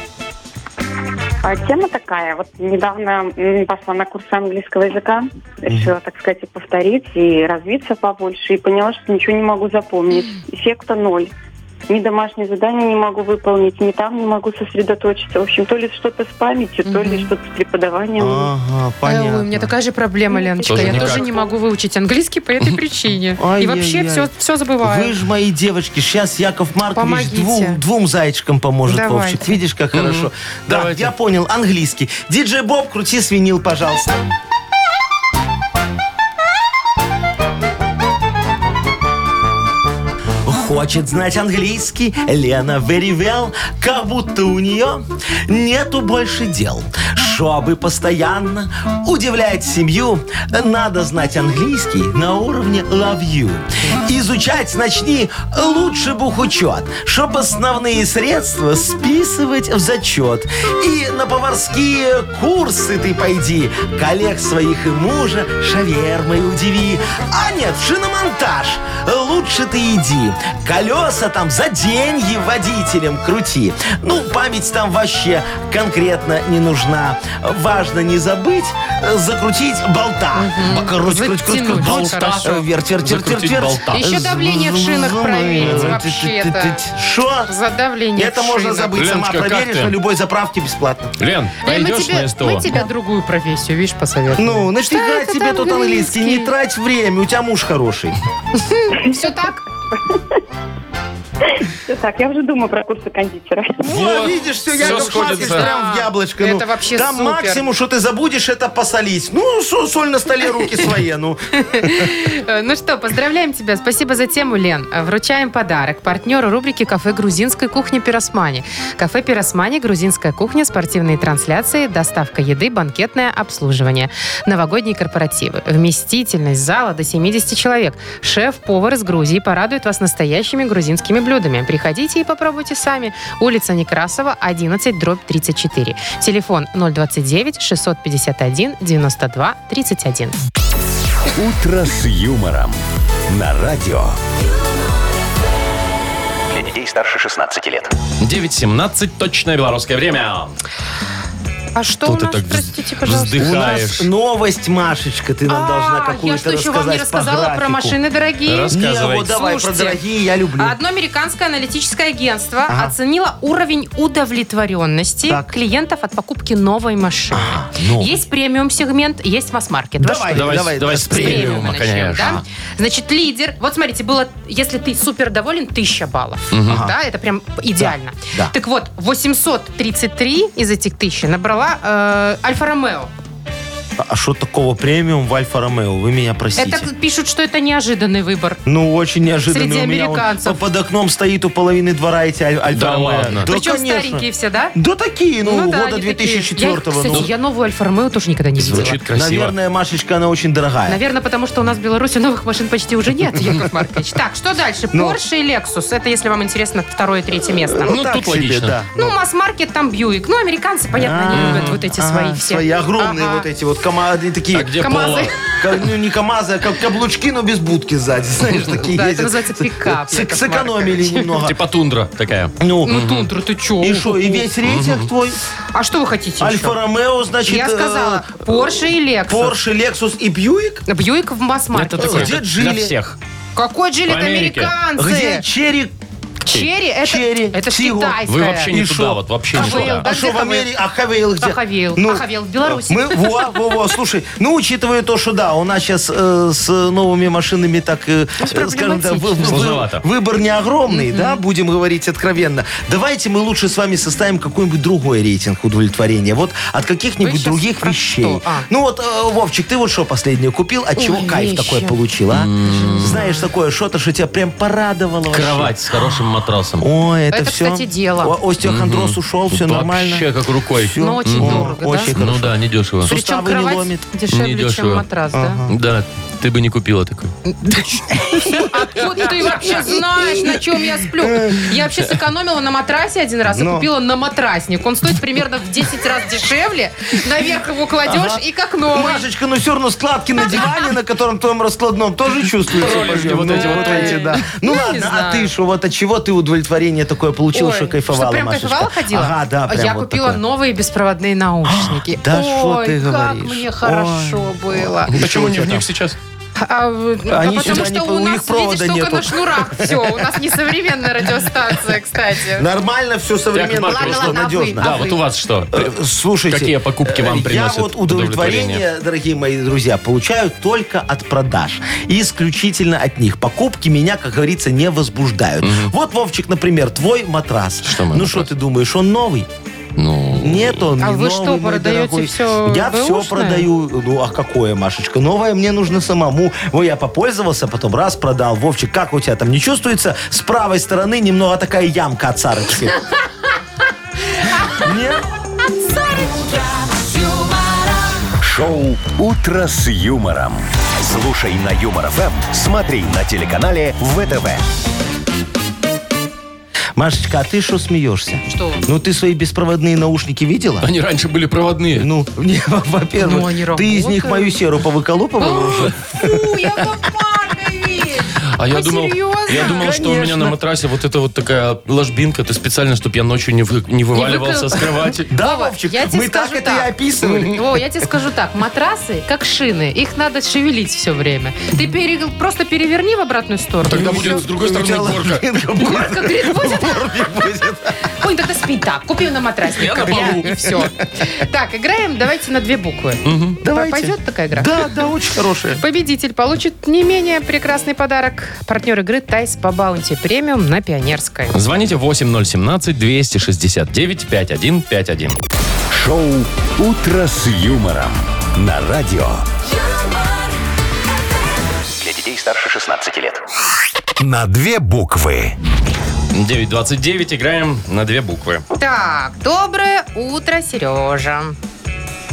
Speaker 5: А, тема такая. Вот недавно м, пошла на курсы английского языка. Решила, так сказать, и повторить, и развиться побольше. И поняла, что ничего не могу запомнить. Эффекта ноль. Ни домашнее задание не могу выполнить, ни там не могу сосредоточиться. В общем, то ли что-то с памятью, то ли что-то с преподаванием.
Speaker 4: Ага,
Speaker 3: Э, ой, у меня
Speaker 4: понятно.
Speaker 3: такая же проблема, Леночка.
Speaker 2: Тоже
Speaker 3: я
Speaker 2: никак.
Speaker 3: тоже не могу выучить английский по этой причине. И
Speaker 4: Ай-яй-яй.
Speaker 3: вообще все, все
Speaker 4: Вы
Speaker 3: забываю.
Speaker 4: же мои девочки, сейчас Яков Маркович
Speaker 3: Помогите.
Speaker 4: двум, двум зайчикам поможет,
Speaker 3: Давайте.
Speaker 4: Вовчик. Видишь, как хорошо. Да,
Speaker 2: Давайте.
Speaker 4: я понял, английский. Диджей Боб, крути свинил, пожалуйста. Хочет знать английский Лена very well, как будто у нее нету больше дел. Чтобы постоянно удивлять семью, надо знать английский на уровне love you. Изучать начни лучше бухучет, чтоб основные средства списывать в зачет. И на поварские курсы ты пойди, коллег своих и мужа шавермой удиви. А нет, в шиномонтаж лучше ты иди. Колеса там за деньги водителям крути. Ну, память там вообще конкретно не нужна. Важно не забыть э, закрутить болта. Круть, круть, круть, круть,
Speaker 3: Затянуть.
Speaker 4: болта.
Speaker 3: Хорошо.
Speaker 4: Э, Верть, верть, верть, верть,
Speaker 2: Закрутить
Speaker 4: верть.
Speaker 2: болта.
Speaker 3: Еще давление в шинах
Speaker 4: Э,
Speaker 3: проверить вообще-то.
Speaker 4: Что?
Speaker 3: За давление
Speaker 4: Это
Speaker 3: в
Speaker 4: можно
Speaker 3: шинах.
Speaker 4: забыть. Сама
Speaker 2: Леночка, как
Speaker 4: проверишь
Speaker 2: ты?
Speaker 4: на любой заправке бесплатно.
Speaker 2: Лен,
Speaker 3: Лен, мы
Speaker 2: пойдешь
Speaker 3: тебе,
Speaker 2: на СТО?
Speaker 3: мы тебе другую профессию, видишь, посоветуем.
Speaker 4: Ну, нафига
Speaker 3: это
Speaker 4: тебе
Speaker 3: там
Speaker 4: тут английский?
Speaker 3: английский?
Speaker 4: Не трать время, у тебя муж хороший. Ну.
Speaker 3: Все так?
Speaker 5: Всё так, я уже думаю про курсы кондитера.
Speaker 2: Вот,
Speaker 4: О, Ну, а видишь, все,
Speaker 2: всё
Speaker 4: Яков Маркович
Speaker 2: сходится.
Speaker 4: прям в яблочко. ну.
Speaker 3: Это вообще
Speaker 4: Там
Speaker 3: супер.
Speaker 4: максимум, что ты забудешь, это посолить. Ну, со- соль на столе, руки свои, ну.
Speaker 3: Э, Ну что, поздравляем тебя. Спасибо за тему, Лен. Э, Вручаем подарок партнеру рубрики «Кафе грузинской кухни Пиросмани». Кафе Пиросмани, грузинская кухня, спортивные трансляции, доставка еды, банкетное обслуживание. Новогодние корпоративы. Вместительность зала до 70 человек. Шеф-повар из Грузии порадует вас настоящими грузинскими блюдами. Приходите и попробуйте сами. Улица Некрасова, 11, дробь 34. Телефон 029 651 92 31.
Speaker 1: «Утро с юмором» на радио.
Speaker 6: Для детей старше 16 лет.
Speaker 2: 9.17, точное белорусское время.
Speaker 3: А что
Speaker 2: Кто
Speaker 3: у
Speaker 2: ты
Speaker 3: нас,
Speaker 2: так
Speaker 3: простите,
Speaker 2: вз-
Speaker 3: пожалуйста?
Speaker 2: вздых-
Speaker 4: У
Speaker 2: Дыхаешь.
Speaker 4: нас новость, Машечка, ты нам должна
Speaker 3: А, я что,
Speaker 4: какую-то
Speaker 3: еще вам не
Speaker 4: рассказать по
Speaker 3: рассказала про
Speaker 4: графику.
Speaker 3: машины дорогие?
Speaker 2: Раз-
Speaker 4: Не,
Speaker 2: Рассказывай.
Speaker 4: вот давай про
Speaker 3: Слушайте, а
Speaker 4: дорогие, я люблю.
Speaker 3: Одно американское аналитическое агентство
Speaker 4: Ага.
Speaker 3: оценило уровень удовлетворенности
Speaker 4: Так.
Speaker 3: клиентов от покупки новой машины.
Speaker 4: ну.
Speaker 3: Есть премиум-сегмент, есть масс-маркет. Во
Speaker 4: Давай,
Speaker 3: что?
Speaker 2: Давай,
Speaker 4: давай,
Speaker 2: давай
Speaker 4: да,
Speaker 2: с
Speaker 4: с
Speaker 3: премиума
Speaker 2: премиума,
Speaker 3: начнем, да?
Speaker 2: конечно.
Speaker 3: Значит, лидер. Вот смотрите, было, если ты супер доволен, 1000 баллов. Да, это прям идеально.
Speaker 4: Да, да.
Speaker 3: Так вот, 833 из этих 1000 набрала э, Альфа-Ромео.
Speaker 4: А что такого премиум в Альфа-Ромео? Вы меня простите.
Speaker 3: Это пишут, что это неожиданный выбор.
Speaker 4: Ну, очень неожиданно.
Speaker 3: Среди
Speaker 4: у меня он
Speaker 3: американцев.
Speaker 4: по- под окном стоит у половины двора эти аль- Альфа
Speaker 2: Да
Speaker 4: Ромео.
Speaker 2: ладно.
Speaker 3: Причем
Speaker 4: конечно.
Speaker 3: старенькие все, да?
Speaker 4: Да такие, ну,
Speaker 3: да, они
Speaker 4: года
Speaker 3: такие.
Speaker 4: 2004
Speaker 3: Я их, кстати,
Speaker 4: ну.
Speaker 3: я новую Альфа-Ромео тоже никогда не видела.
Speaker 2: Звучит красиво.
Speaker 4: Наверное, Машечка, она очень дорогая.
Speaker 3: Наверное, потому что у нас в Беларуси новых машин почти уже нет, Яков Маркович. Так, что дальше?
Speaker 4: Ну.
Speaker 3: Porsche и Lexus. Это, если вам интересно, второе и третье место.
Speaker 2: Ну,
Speaker 4: так
Speaker 2: тут
Speaker 4: себе,
Speaker 2: логично.
Speaker 4: да.
Speaker 3: Ну, масс-маркет, там Бьюик. Ну, американцы, понятно, они
Speaker 4: А,
Speaker 3: любят вот эти
Speaker 4: ага,
Speaker 3: свои все.
Speaker 4: Свои огромные
Speaker 3: Ага.
Speaker 4: вот эти вот команды, такие...
Speaker 2: А где
Speaker 3: КамАЗы.
Speaker 2: Пола?
Speaker 4: ка- ну, не КамАЗы, а как каблучки, но без будки сзади, знаешь, такие
Speaker 3: Да, это
Speaker 4: ездят.
Speaker 3: называется пикап,
Speaker 4: Сэ-
Speaker 3: Яков
Speaker 4: Сэкономили
Speaker 3: Маркович.
Speaker 4: немного.
Speaker 2: Типа тундра такая.
Speaker 4: Ну,
Speaker 3: Ну, Тундра, ты че?
Speaker 4: и что, и весь рейтинг твой?
Speaker 3: А что вы хотите еще?
Speaker 4: Альфа-Ромео, значит...
Speaker 3: Я
Speaker 4: э,
Speaker 3: сказала, Porsche и Lexus.
Speaker 4: Порше, Лексус и Бьюик?
Speaker 3: Бьюик в масс-маркете.
Speaker 2: Это такое
Speaker 4: где
Speaker 2: для
Speaker 4: Джили?
Speaker 2: всех.
Speaker 3: Какой джилет
Speaker 2: В Америке.
Speaker 3: американцы?
Speaker 4: Где Черри?
Speaker 3: Черри? Это,
Speaker 4: Черри,
Speaker 3: это ж
Speaker 4: Тигуан.
Speaker 3: китайская.
Speaker 2: Вы вообще не
Speaker 4: И
Speaker 2: туда,
Speaker 4: шо?
Speaker 2: вот вообще не
Speaker 3: А вы-
Speaker 2: туда.
Speaker 3: да.
Speaker 4: А
Speaker 3: где
Speaker 4: что в
Speaker 3: Хавейл?
Speaker 4: Америке? А Хавейл где? Ну,
Speaker 3: А Хавейл? А Хавейл в Беларуси.
Speaker 4: Мы, во, во, во, слушай, ну, учитывая то, что да, у нас сейчас с новыми машинами так, э, э, скажем так, вы- вы-
Speaker 2: Сложновато.
Speaker 4: выбор не огромный, да, будем говорить откровенно. Давайте мы лучше с вами составим какой-нибудь другой рейтинг удовлетворения, вот от
Speaker 3: Вы
Speaker 4: каких-нибудь
Speaker 3: щас
Speaker 4: других
Speaker 3: про
Speaker 4: вещей.
Speaker 3: что? А.
Speaker 4: Ну вот, э, Вовчик, ты вот что последнее купил, от чего
Speaker 3: Ой,
Speaker 4: кайф
Speaker 3: вещи.
Speaker 4: такой получил, а? Знаешь, такое что-то, что тебя прям порадовало вообще.
Speaker 2: Кровать с хорошим матрасом.
Speaker 4: Ой, это,
Speaker 3: Это,
Speaker 4: все.
Speaker 3: кстати, дело.
Speaker 4: остеохондроз ушел, все
Speaker 2: Вообще
Speaker 4: нормально.
Speaker 2: как рукой.
Speaker 4: Всё.
Speaker 3: Но очень
Speaker 4: О,
Speaker 3: дорого, да?
Speaker 4: очень
Speaker 2: Ну
Speaker 4: хорошо.
Speaker 2: да, недешево.
Speaker 4: Слушай,
Speaker 3: Причем
Speaker 4: Суставы не
Speaker 3: кровать
Speaker 4: ломит.
Speaker 3: дешевле, чем
Speaker 2: Недешево.
Speaker 3: матрас,
Speaker 2: Да, ты бы не купила такой.
Speaker 3: да? Откуда ты вообще знаешь, на чем я сплю? Я вообще сэкономила на матрасе один раз и
Speaker 4: Ну.
Speaker 3: купила на матрасник. Он стоит примерно в 10 раз дешевле. Наверх его кладешь и как новый.
Speaker 4: Машечка, ну все равно складки на диване, на котором твоем раскладном, тоже чувствуются.
Speaker 2: Троллишки
Speaker 4: пожалуйста.
Speaker 2: вот
Speaker 4: Ну,
Speaker 2: эти вот
Speaker 3: эти.
Speaker 4: да. Ну
Speaker 3: Ну, не
Speaker 4: ладно, а
Speaker 3: знаю.
Speaker 4: ты что, вот от чего ты удовлетворение такое получила,
Speaker 3: Ой,
Speaker 4: что кайфовала,
Speaker 3: прям
Speaker 4: Машечка?
Speaker 3: кайфовала, ходила?
Speaker 4: Ага, да, прям
Speaker 3: Я
Speaker 4: вот
Speaker 3: купила
Speaker 4: такое.
Speaker 3: новые беспроводные наушники.
Speaker 4: Да
Speaker 3: Ой,
Speaker 4: что ты
Speaker 3: как
Speaker 4: говоришь?
Speaker 3: мне хорошо было.
Speaker 2: Почему не в них сейчас?
Speaker 3: А, э, а
Speaker 4: Они
Speaker 3: потому
Speaker 4: сюда не
Speaker 3: что
Speaker 4: по-
Speaker 3: у
Speaker 4: у
Speaker 3: нас,
Speaker 4: них провода
Speaker 3: видишь, только
Speaker 4: нету.
Speaker 3: на шнурах все. У нас несовременная радиостанция, кстати.
Speaker 4: Нормально, все современно,
Speaker 2: Яков Маркович,
Speaker 4: просто
Speaker 3: ладно, а вы?
Speaker 4: надежно.
Speaker 2: Да,
Speaker 3: А
Speaker 2: вот
Speaker 3: вы?
Speaker 2: у вас что?
Speaker 4: Э, Слушайте,
Speaker 2: Какие покупки вам
Speaker 4: э,
Speaker 2: приносят
Speaker 4: Я вот удовлетворение, дорогие мои друзья, получаю только от продаж. И исключительно от них. Покупки меня, как говорится, не возбуждают. Вот, Вовчик, например, твой матрас.
Speaker 2: Что мой
Speaker 4: ну
Speaker 2: матрас?
Speaker 4: что ты думаешь, он новый?
Speaker 2: Ну,
Speaker 4: Нет, он
Speaker 3: А
Speaker 4: не
Speaker 3: вы
Speaker 4: новый,
Speaker 3: что,
Speaker 4: мой
Speaker 3: продаете
Speaker 4: дорогой.
Speaker 3: всё
Speaker 4: Я все
Speaker 3: бэушное?
Speaker 4: продаю. Ну, а какое, Машечка? Новое мне нужно самому. Во, я попользовался, потом раз продал. Вовчик, как у тебя там не чувствуется? С правой стороны немного такая ямка от сарочки. Нет?
Speaker 1: Шоу «Утро с юмором». Слушай на Юмор ФМ, смотри на телеканале ВТВ.
Speaker 4: Машечка, а ты что смеешься?
Speaker 3: Что?
Speaker 4: Ну, ты свои беспроводные наушники видела?
Speaker 2: они раньше были проводные.
Speaker 4: Ну, не,
Speaker 3: Ну,
Speaker 4: во-первых,
Speaker 3: они
Speaker 4: ты из них
Speaker 3: работают.
Speaker 4: мою серу повыколупывала уже?
Speaker 3: Фу, Яков Маркович!
Speaker 2: А я
Speaker 3: Вы
Speaker 2: думал,
Speaker 3: серьезно?
Speaker 2: я думал, что у меня на матрасе вот это вот такая ложбинка, ты специально, чтобы я ночью не, вы- не вываливался
Speaker 3: выкрыл.
Speaker 2: с кровати.
Speaker 4: Да,
Speaker 3: Вова,
Speaker 4: Вовчик,
Speaker 3: я тебе
Speaker 4: мы так
Speaker 3: скажу так.
Speaker 4: это и описывали.
Speaker 2: Ну,
Speaker 3: О, я тебе скажу так, матрасы, как шины, их надо шевелить все время. Ты пере- просто переверни в обратную сторону.
Speaker 2: Тогда
Speaker 3: и всё.
Speaker 2: будет с другой
Speaker 4: У
Speaker 2: стороны
Speaker 4: тебя
Speaker 2: горка.
Speaker 4: ложбинка будет.
Speaker 3: Как говорит, будет. Ой, ну тогда спи так, купим на матрасник.
Speaker 2: Я
Speaker 3: как
Speaker 2: на полу.
Speaker 3: и все. Так, играем, давайте на две буквы.
Speaker 4: Давайте.
Speaker 3: Пойдет такая игра?
Speaker 4: Да, да, очень хорошая.
Speaker 3: Победитель получит не менее прекрасный подарок. Партнер игры Тайс по баунти премиум на Пионерской.
Speaker 2: Звоните 8017-269-5151.
Speaker 1: Шоу «Утро с юмором» на радио.
Speaker 9: юмор,
Speaker 6: Для детей старше 16 лет.
Speaker 1: На две буквы.
Speaker 2: 929, играем на две буквы.
Speaker 3: Так, доброе утро, Сережа.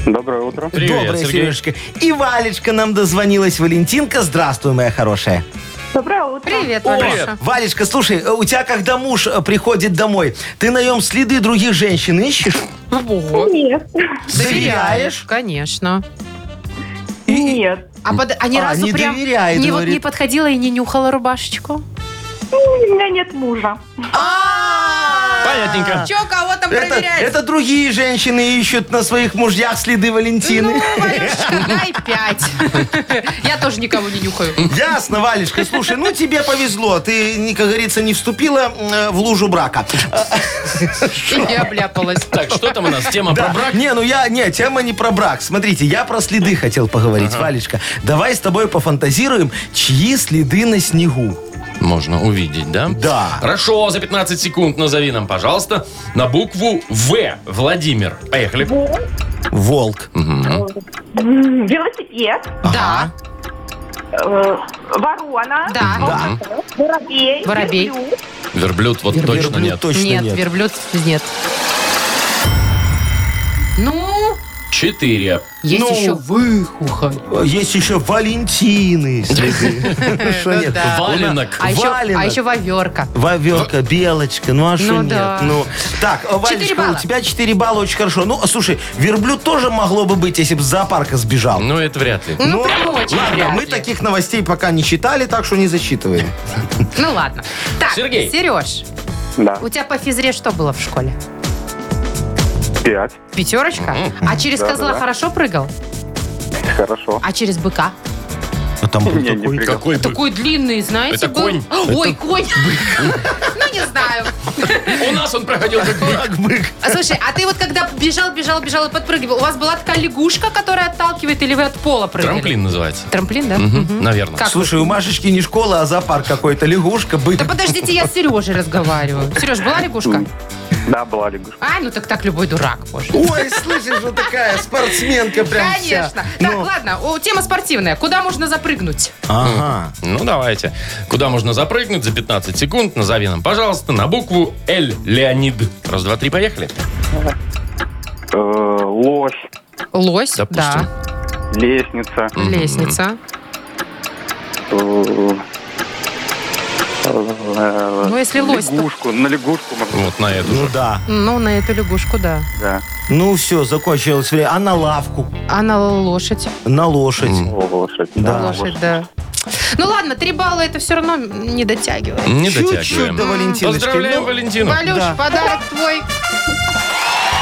Speaker 7: Доброе утро.
Speaker 2: Привет,
Speaker 4: Добрая,
Speaker 2: Сергей.
Speaker 4: Сережечка. И Валечка нам дозвонилась. Валентинка, здравствуй, моя хорошая.
Speaker 5: Доброе утро.
Speaker 3: Привет,
Speaker 4: О,
Speaker 3: Валюша.
Speaker 4: Валечка, слушай, э, у тебя когда муж э, приходит домой, ты на нем следы других женщин ищешь?
Speaker 3: Ого.
Speaker 5: Нет.
Speaker 4: Доверяешь?
Speaker 3: Конечно.
Speaker 5: Нет.
Speaker 3: А, под- а ни
Speaker 4: А,
Speaker 3: разу
Speaker 4: не
Speaker 3: прям
Speaker 4: доверяет,
Speaker 3: не, вот
Speaker 4: говорит.
Speaker 3: не подходила и не нюхала рубашечку?
Speaker 5: У меня нет мужа.
Speaker 4: А!
Speaker 2: Понятненько.
Speaker 3: Че, кого там
Speaker 4: Это, это другие женщины ищут на своих мужьях следы Валентины.
Speaker 3: Ну, Валюшечка, дай пять. Я тоже никого не нюхаю.
Speaker 4: Ясно, Валечка, слушай, ну тебе повезло. Ты, не, как говорится, не вступила м, э, в лужу брака.
Speaker 3: И обляпалась.
Speaker 2: Так, что там у нас? Тема про брак?
Speaker 4: Не, ну я, не, тема не про брак. Смотрите, я про следы хотел поговорить, Валечка. Давай с тобой пофантазируем, чьи следы на снегу.
Speaker 2: Можно увидеть, да?
Speaker 4: Да.
Speaker 2: Хорошо, за 15 секунд назови нам, пожалуйста, на букву В. Владимир. Поехали.
Speaker 4: Волк.
Speaker 5: М, Велосипед.
Speaker 3: Да,
Speaker 5: э, Ворона.
Speaker 3: да.
Speaker 5: Воробей.
Speaker 3: Воробей.
Speaker 5: верблюд.
Speaker 2: Верблюд вот точно
Speaker 4: Верблюд
Speaker 2: нет.
Speaker 4: Точно
Speaker 3: Нет,
Speaker 4: нет.
Speaker 3: верблюд нет. Ну,
Speaker 2: Четыре.
Speaker 3: есть
Speaker 4: Ну,
Speaker 3: еще выхуха.
Speaker 4: Есть еще Валентины следы. Что
Speaker 3: Ну
Speaker 4: нет?
Speaker 3: да.
Speaker 2: Валенок.
Speaker 3: А еще, а
Speaker 4: Валенок.
Speaker 3: еще воверка.
Speaker 4: Вовелка, Белочка, ну а
Speaker 3: Ну
Speaker 4: что
Speaker 3: да.
Speaker 4: нет? Ну, так, э,
Speaker 3: Четыре
Speaker 4: Валечка,
Speaker 3: балла.
Speaker 4: у тебя 4 балла, очень хорошо. Ну, слушай, верблюд тоже могло бы быть, если бы с зоопарка сбежал.
Speaker 2: Ну, это вряд ли.
Speaker 3: Ну, прям очень
Speaker 4: Ладно,
Speaker 3: вряд
Speaker 4: мы
Speaker 3: ли.
Speaker 4: таких новостей пока не читали, так что не зачитываем.
Speaker 3: Ну ладно. Так,
Speaker 2: Сергей.
Speaker 3: Сереж,
Speaker 7: Да.
Speaker 3: у тебя по физре что было в школе?
Speaker 7: Пять.
Speaker 3: Пятерочка? А через
Speaker 7: Да,
Speaker 3: козла
Speaker 7: да.
Speaker 3: хорошо прыгал?
Speaker 7: Хорошо.
Speaker 3: а через быка.
Speaker 4: А там был
Speaker 7: Не, не
Speaker 4: такой-
Speaker 7: прикол.
Speaker 2: Какой бы-
Speaker 3: Такой длинный, знаете,
Speaker 2: Это
Speaker 3: был.
Speaker 2: конь.
Speaker 3: Ой, конь. Ну, не знаю.
Speaker 2: У нас он проходил как бык.
Speaker 4: Как бы.
Speaker 3: А, Слушай, а ты вот когда бежал, бежал, бежал и подпрыгивал, у вас была такая лягушка, которая отталкивает, или вы от пола прыгали?
Speaker 2: Трамплин называется.
Speaker 3: Трамплин, да?
Speaker 2: Мгм, Наверное.
Speaker 3: Как?
Speaker 4: Слушай, у Машечки не школа, а зоопарк какой-то. Лягушка, бык.
Speaker 3: А Да подождите, я с Сережей разговариваю. Сереж, была лягушка?
Speaker 7: Да, была лягушка.
Speaker 3: А, ну так так любой дурак может.
Speaker 4: Ой, слышишь, вот такая спортсменка прям вся.
Speaker 3: Конечно. Так,
Speaker 4: Ну,
Speaker 3: ладно, о, тема спортивная. Куда можно запрыгнуть?
Speaker 4: Ага.
Speaker 2: Ну, давайте. Куда можно запрыгнуть за 15 секунд? Назови нам, пожалуйста, на букву Л. Леонид. Раз, два, три, поехали.
Speaker 7: Э, Лось,
Speaker 3: Лось,
Speaker 2: Допустим.
Speaker 3: да.
Speaker 7: лестница.
Speaker 3: Лестница.
Speaker 7: э,
Speaker 3: Ну,
Speaker 7: э,
Speaker 3: если лось, то-
Speaker 7: Лягушку, на лягушку можно.
Speaker 2: Вот на эту
Speaker 4: Ну
Speaker 2: же.
Speaker 4: да.
Speaker 3: Ну, на эту лягушку, да.
Speaker 7: Да.
Speaker 4: Ну все, закончилось время. А на лавку?
Speaker 3: А на лошадь?
Speaker 4: На лошадь.
Speaker 7: Лошадь.
Speaker 4: Да.
Speaker 3: Лошадь, да. Ну ладно, три балла это все равно не дотягивает.
Speaker 2: Не
Speaker 4: Чуть-чуть до
Speaker 2: дотягиваем.
Speaker 4: Валентиночки.
Speaker 2: Поздравляем
Speaker 4: Ну,
Speaker 2: Валентину.
Speaker 3: Валюш,
Speaker 4: Да.
Speaker 3: подарок твой.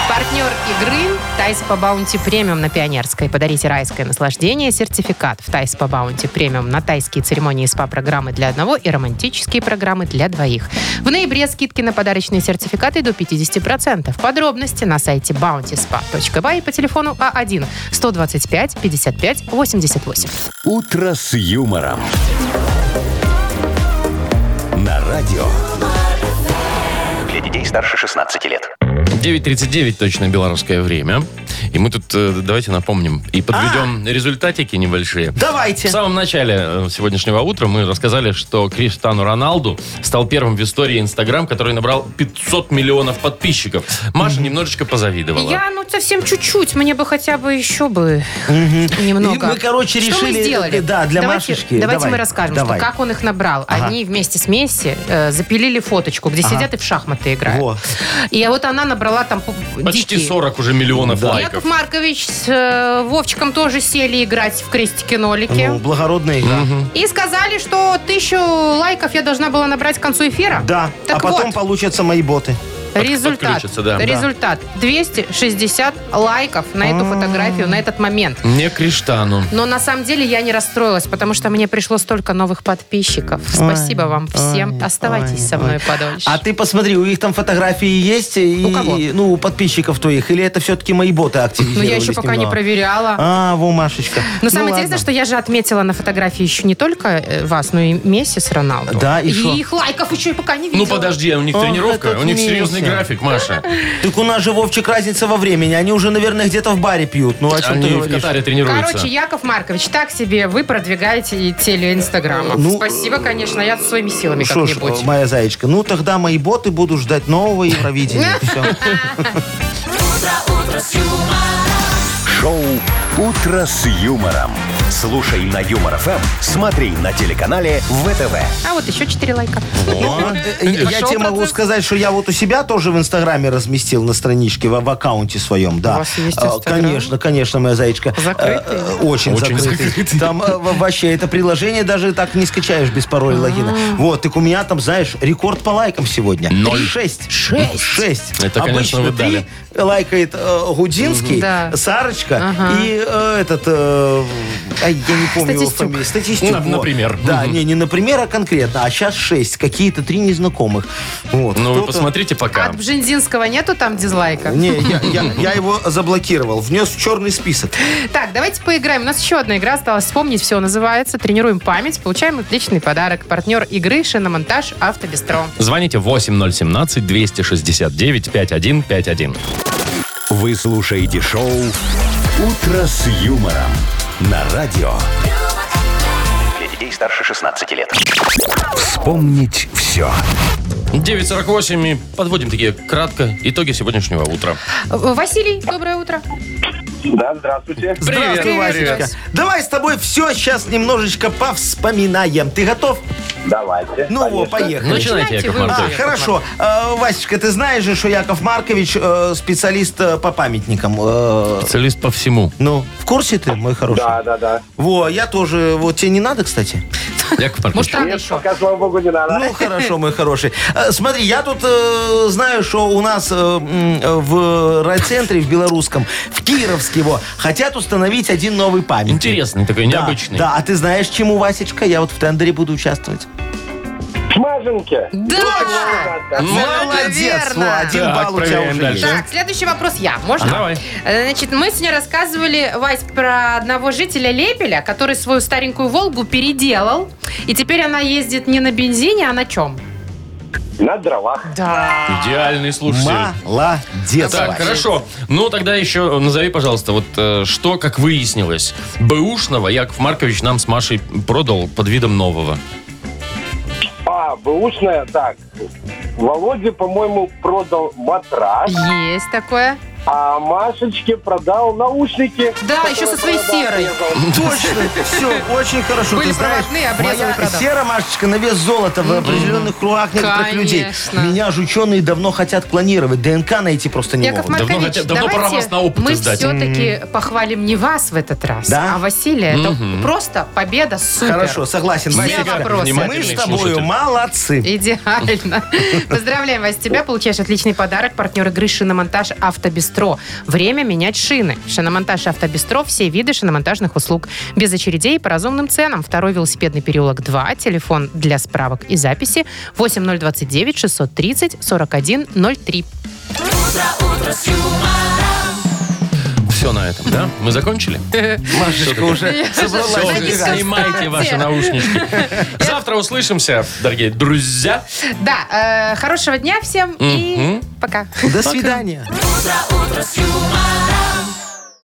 Speaker 3: Партнер игры Тайс по Баунти Премиум на Пионерской. Подарите райское наслаждение, сертификат в Тайс по Баунти Премиум на тайские церемонии и СПА-программы для одного и романтические программы для двоих. В ноябре скидки на подарочные сертификаты до 50%. Подробности на сайте bountyspa.by и по телефону А А1 125 55 88.
Speaker 1: «Утро с юмором». На радио.
Speaker 6: Для детей старше 16 лет.
Speaker 2: 9.39 точно белорусское время. И мы тут, э, давайте напомним, и
Speaker 4: А!
Speaker 2: подведем результатики небольшие. В
Speaker 4: Давайте.
Speaker 2: самом начале э, сегодняшнего утра мы рассказали, что Криштану Роналду стал первым в истории Инстаграм, который набрал 500 миллионов подписчиков. Маша немножечко позавидовала.
Speaker 3: Я, ну, совсем чуть-чуть. Мне бы хотя бы еще бы немного.
Speaker 4: И мы, короче,
Speaker 3: Что мы
Speaker 4: решили,
Speaker 3: сделали?
Speaker 4: э, да, для
Speaker 3: давайте,
Speaker 4: Машечки,
Speaker 3: Давайте
Speaker 4: давай,
Speaker 3: мы расскажем,
Speaker 4: давай.
Speaker 3: что как он их набрал.
Speaker 4: Ага.
Speaker 3: Они вместе с Месси э, запилили фоточку, где сидят и в шахматы играю.
Speaker 4: Во.
Speaker 3: И вот она набрала там п-
Speaker 2: Почти
Speaker 3: дикие.
Speaker 2: 40 уже миллионов лайков.
Speaker 3: Яков Маркович с э, Вовчиком тоже сели играть в крестики-нолики.
Speaker 4: Ну, благородная игра.
Speaker 3: И сказали, что тысячу лайков я должна была набрать к концу эфира.
Speaker 4: Да,
Speaker 3: Так
Speaker 4: а потом
Speaker 3: вот,
Speaker 4: получатся мои боты.
Speaker 3: результат.
Speaker 2: подключится, да.
Speaker 3: Результат. 260 лайков на эту фотографию, на этот момент.
Speaker 2: Не Криштану.
Speaker 3: Но на самом деле я не расстроилась, потому что мне пришло столько новых подписчиков. Спасибо вам всем.
Speaker 4: ой,
Speaker 3: Оставайтесь
Speaker 4: ой,
Speaker 3: со мной подольше.
Speaker 4: А ты посмотри, у них там фотографии есть? И,
Speaker 3: У кого?
Speaker 4: и, ну, у подписчиков твоих. Или это все-таки мои боты
Speaker 3: Но
Speaker 4: активизировались
Speaker 3: Ну, я еще пока не
Speaker 4: немного?
Speaker 3: проверяла.
Speaker 4: А, во, Машечка.
Speaker 3: Но самое
Speaker 4: ладно.
Speaker 3: интересное, что я же отметила на фотографии еще не только э, вас, но и Месси с Роналду.
Speaker 4: Да, и шо?
Speaker 3: их лайков еще и пока не видела.
Speaker 2: Ну подожди, у них
Speaker 4: Ох,
Speaker 2: тренировка,
Speaker 4: этот
Speaker 2: у них серьезный
Speaker 4: Миша.
Speaker 2: график, Маша.
Speaker 4: Так у нас же, Вовчик, разница во времени. Они уже, наверное, где-то в баре пьют. Ну, о чем ты
Speaker 2: Они в
Speaker 4: говоришь?
Speaker 2: Катаре
Speaker 3: Короче,
Speaker 2: тренируются.
Speaker 3: Яков Маркович, так себе вы продвигаете и теле Инстаграма.
Speaker 4: Ну,
Speaker 3: Спасибо, конечно, я своими силами
Speaker 4: Что ж,
Speaker 3: как-нибудь.
Speaker 4: моя заячка, ну тогда мои боты будут ждать нового Евровидения. Всё.
Speaker 1: Шоу «Утро с юмором». Слушай на Юмор ФМ, смотри на телеканале ВТВ.
Speaker 3: А вот еще 4 лайка.
Speaker 4: Ну, э, Я я
Speaker 3: Пошел
Speaker 4: тебе могу
Speaker 3: процесс.
Speaker 4: сказать, что я вот у себя тоже в Инстаграме разместил на страничке, в, в аккаунте своем, да.
Speaker 3: У вас есть
Speaker 4: Э,
Speaker 3: Инстаграм?
Speaker 4: Конечно, конечно, моя заячка.
Speaker 3: Закрытый?
Speaker 4: Э, э, Очень,
Speaker 2: Очень
Speaker 4: закрытый.
Speaker 2: закрытый.
Speaker 4: Там э, во- вообще это приложение даже так не скачаешь без
Speaker 3: А.
Speaker 4: пароля и логина. Вот, так у меня там, знаешь, рекорд по лайкам сегодня.
Speaker 2: Ноль.
Speaker 4: Шесть. Шесть. Шесть.
Speaker 2: Это, конечно, вы
Speaker 4: Обычно три лайкает э, Гудинский,
Speaker 3: Мгм. Да.
Speaker 4: Сарочка
Speaker 3: Ага.
Speaker 4: и э, этот... э, ай, я не помню его
Speaker 3: Статистюк.
Speaker 4: фамилию. Статистюк.
Speaker 2: Ну,
Speaker 4: во.
Speaker 2: например.
Speaker 4: Да,
Speaker 2: Мгм.
Speaker 4: не, не например, а конкретно. А сейчас шесть. Какие-то три незнакомых. Вот.
Speaker 2: Ну вы
Speaker 4: Кто-то- А,
Speaker 2: посмотрите пока.
Speaker 3: От Бжензинского нету там дизлайка?
Speaker 4: Не, я, я- я его заблокировал. Внес в черный список.
Speaker 3: Так, давайте поиграем. У нас еще одна игра осталась. Вспомнить все называется. Тренируем память, получаем отличный подарок. Партнер игры «Шиномонтаж Автобестро».
Speaker 2: Звоните 8017-269-5151.
Speaker 1: Вы слушаете шоу «Утро с юмором» на радио.
Speaker 6: Для детей старше 16 лет.
Speaker 1: Вспомнить все.
Speaker 2: 9.48 и подводим такие кратко итоги сегодняшнего утра.
Speaker 3: В- Василий, доброе утро.
Speaker 7: Да, здравствуйте.
Speaker 2: Привет,
Speaker 3: Привет.
Speaker 4: Варечка. Давай с тобой все сейчас немножечко повспоминаем. Ты готов?
Speaker 7: Давайте.
Speaker 4: Ну, во, поехали.
Speaker 2: Начинайте,
Speaker 3: Начинайте
Speaker 2: Яков
Speaker 3: вы,
Speaker 4: А,
Speaker 2: Маркович.
Speaker 3: Яков
Speaker 4: хорошо. Э, Васечка, ты знаешь же, что Яков Маркович э, специалист э, по памятникам. Э,
Speaker 2: Специалист по всему.
Speaker 4: ну, в курсе ты, мой хороший?
Speaker 7: Да, да, да.
Speaker 4: Во, я тоже. Вот тебе не надо, кстати?
Speaker 2: Яков Маркович.
Speaker 3: Может, рано еще?
Speaker 7: Пока, слава богу, не надо.
Speaker 4: Ну, хорошо, мой хороший. Э, Смотри, я тут э, знаю, что у нас э, м, э, в райцентре, в Белорусском, в Кировске его, хотят установить один новый памятник.
Speaker 2: Интересный такой,
Speaker 4: Да,
Speaker 2: необычный.
Speaker 4: Да, а ты знаешь, чему, Васечка? Я вот в тендере буду участвовать.
Speaker 3: Ну.
Speaker 7: Смаженки.
Speaker 3: Да!
Speaker 4: Молодец!
Speaker 3: верно.
Speaker 4: Во, один
Speaker 2: Так,
Speaker 4: балл у тебя
Speaker 2: проверяем
Speaker 4: уже
Speaker 2: дальше.
Speaker 4: есть.
Speaker 3: Так, следующий вопрос я. Можно?
Speaker 2: Давай.
Speaker 3: Э, Значит, мы сегодня рассказывали, Вась, про одного жителя Лепеля, который свою старенькую «Волгу» переделал. И теперь она ездит не на бензине, а на чем?
Speaker 7: На дровах.
Speaker 3: Да.
Speaker 2: Идеальный слушатель.
Speaker 4: Молодец,
Speaker 2: Так,
Speaker 4: Вась.
Speaker 2: хорошо. Ну, тогда еще назови, пожалуйста, вот э, что, как выяснилось, бэушного Яков Маркович нам с Машей продал под видом нового.
Speaker 7: А, бэушная, так. Володя, по-моему, продал матрас,
Speaker 3: Есть такое.
Speaker 7: а Машечке продал наушники.
Speaker 3: Да, еще со своей серой.
Speaker 4: Точно, все, очень хорошо.
Speaker 3: Были
Speaker 4: Ты знаешь,
Speaker 3: проводные,
Speaker 2: ну
Speaker 3: обрезал и
Speaker 4: моя
Speaker 3: продал.
Speaker 4: сера, Машечка, на вес золота в определенных кругах некоторых людей.
Speaker 3: Конечно.
Speaker 4: Меня же ученые давно хотят клонировать, ДНК найти просто не
Speaker 3: Яков
Speaker 4: могут.
Speaker 2: Ну, Давно
Speaker 3: Маркович,
Speaker 2: хотя- давно пора
Speaker 3: давайте
Speaker 2: вас на опыты
Speaker 3: мы
Speaker 2: сдать.
Speaker 3: все-таки похвалим не вас в этот раз,
Speaker 4: Да?
Speaker 3: а Василия. Это просто победа супер.
Speaker 4: Хорошо, согласен.
Speaker 3: Все
Speaker 4: Васечка.
Speaker 3: вопросы.
Speaker 4: Мы с
Speaker 2: Внимательный
Speaker 4: тобою
Speaker 2: слушатель.
Speaker 4: молодцы.
Speaker 3: Идеально. Поздравляем вас. Тебя получаешь отличный подарок. Партнер игры «Шиномонтаж Автобестро». Время менять шины. «Шиномонтаж Автобестро» – все виды шиномонтажных услуг. Без очередей и по разумным ценам. Второй велосипедный переулок 2. Телефон для справок и записи 8029 630 4103.
Speaker 2: Все на этом, да? Мы закончили?
Speaker 4: Машечка уже собралась.
Speaker 2: Все,
Speaker 3: не
Speaker 4: убегать.
Speaker 2: снимайте
Speaker 3: констатирую.
Speaker 2: ваши наушнички. Завтра услышимся, дорогие друзья.
Speaker 3: Да, э, хорошего дня всем и
Speaker 2: Мгм.
Speaker 3: пока.
Speaker 4: До свидания.
Speaker 9: Утро, утро с юмором.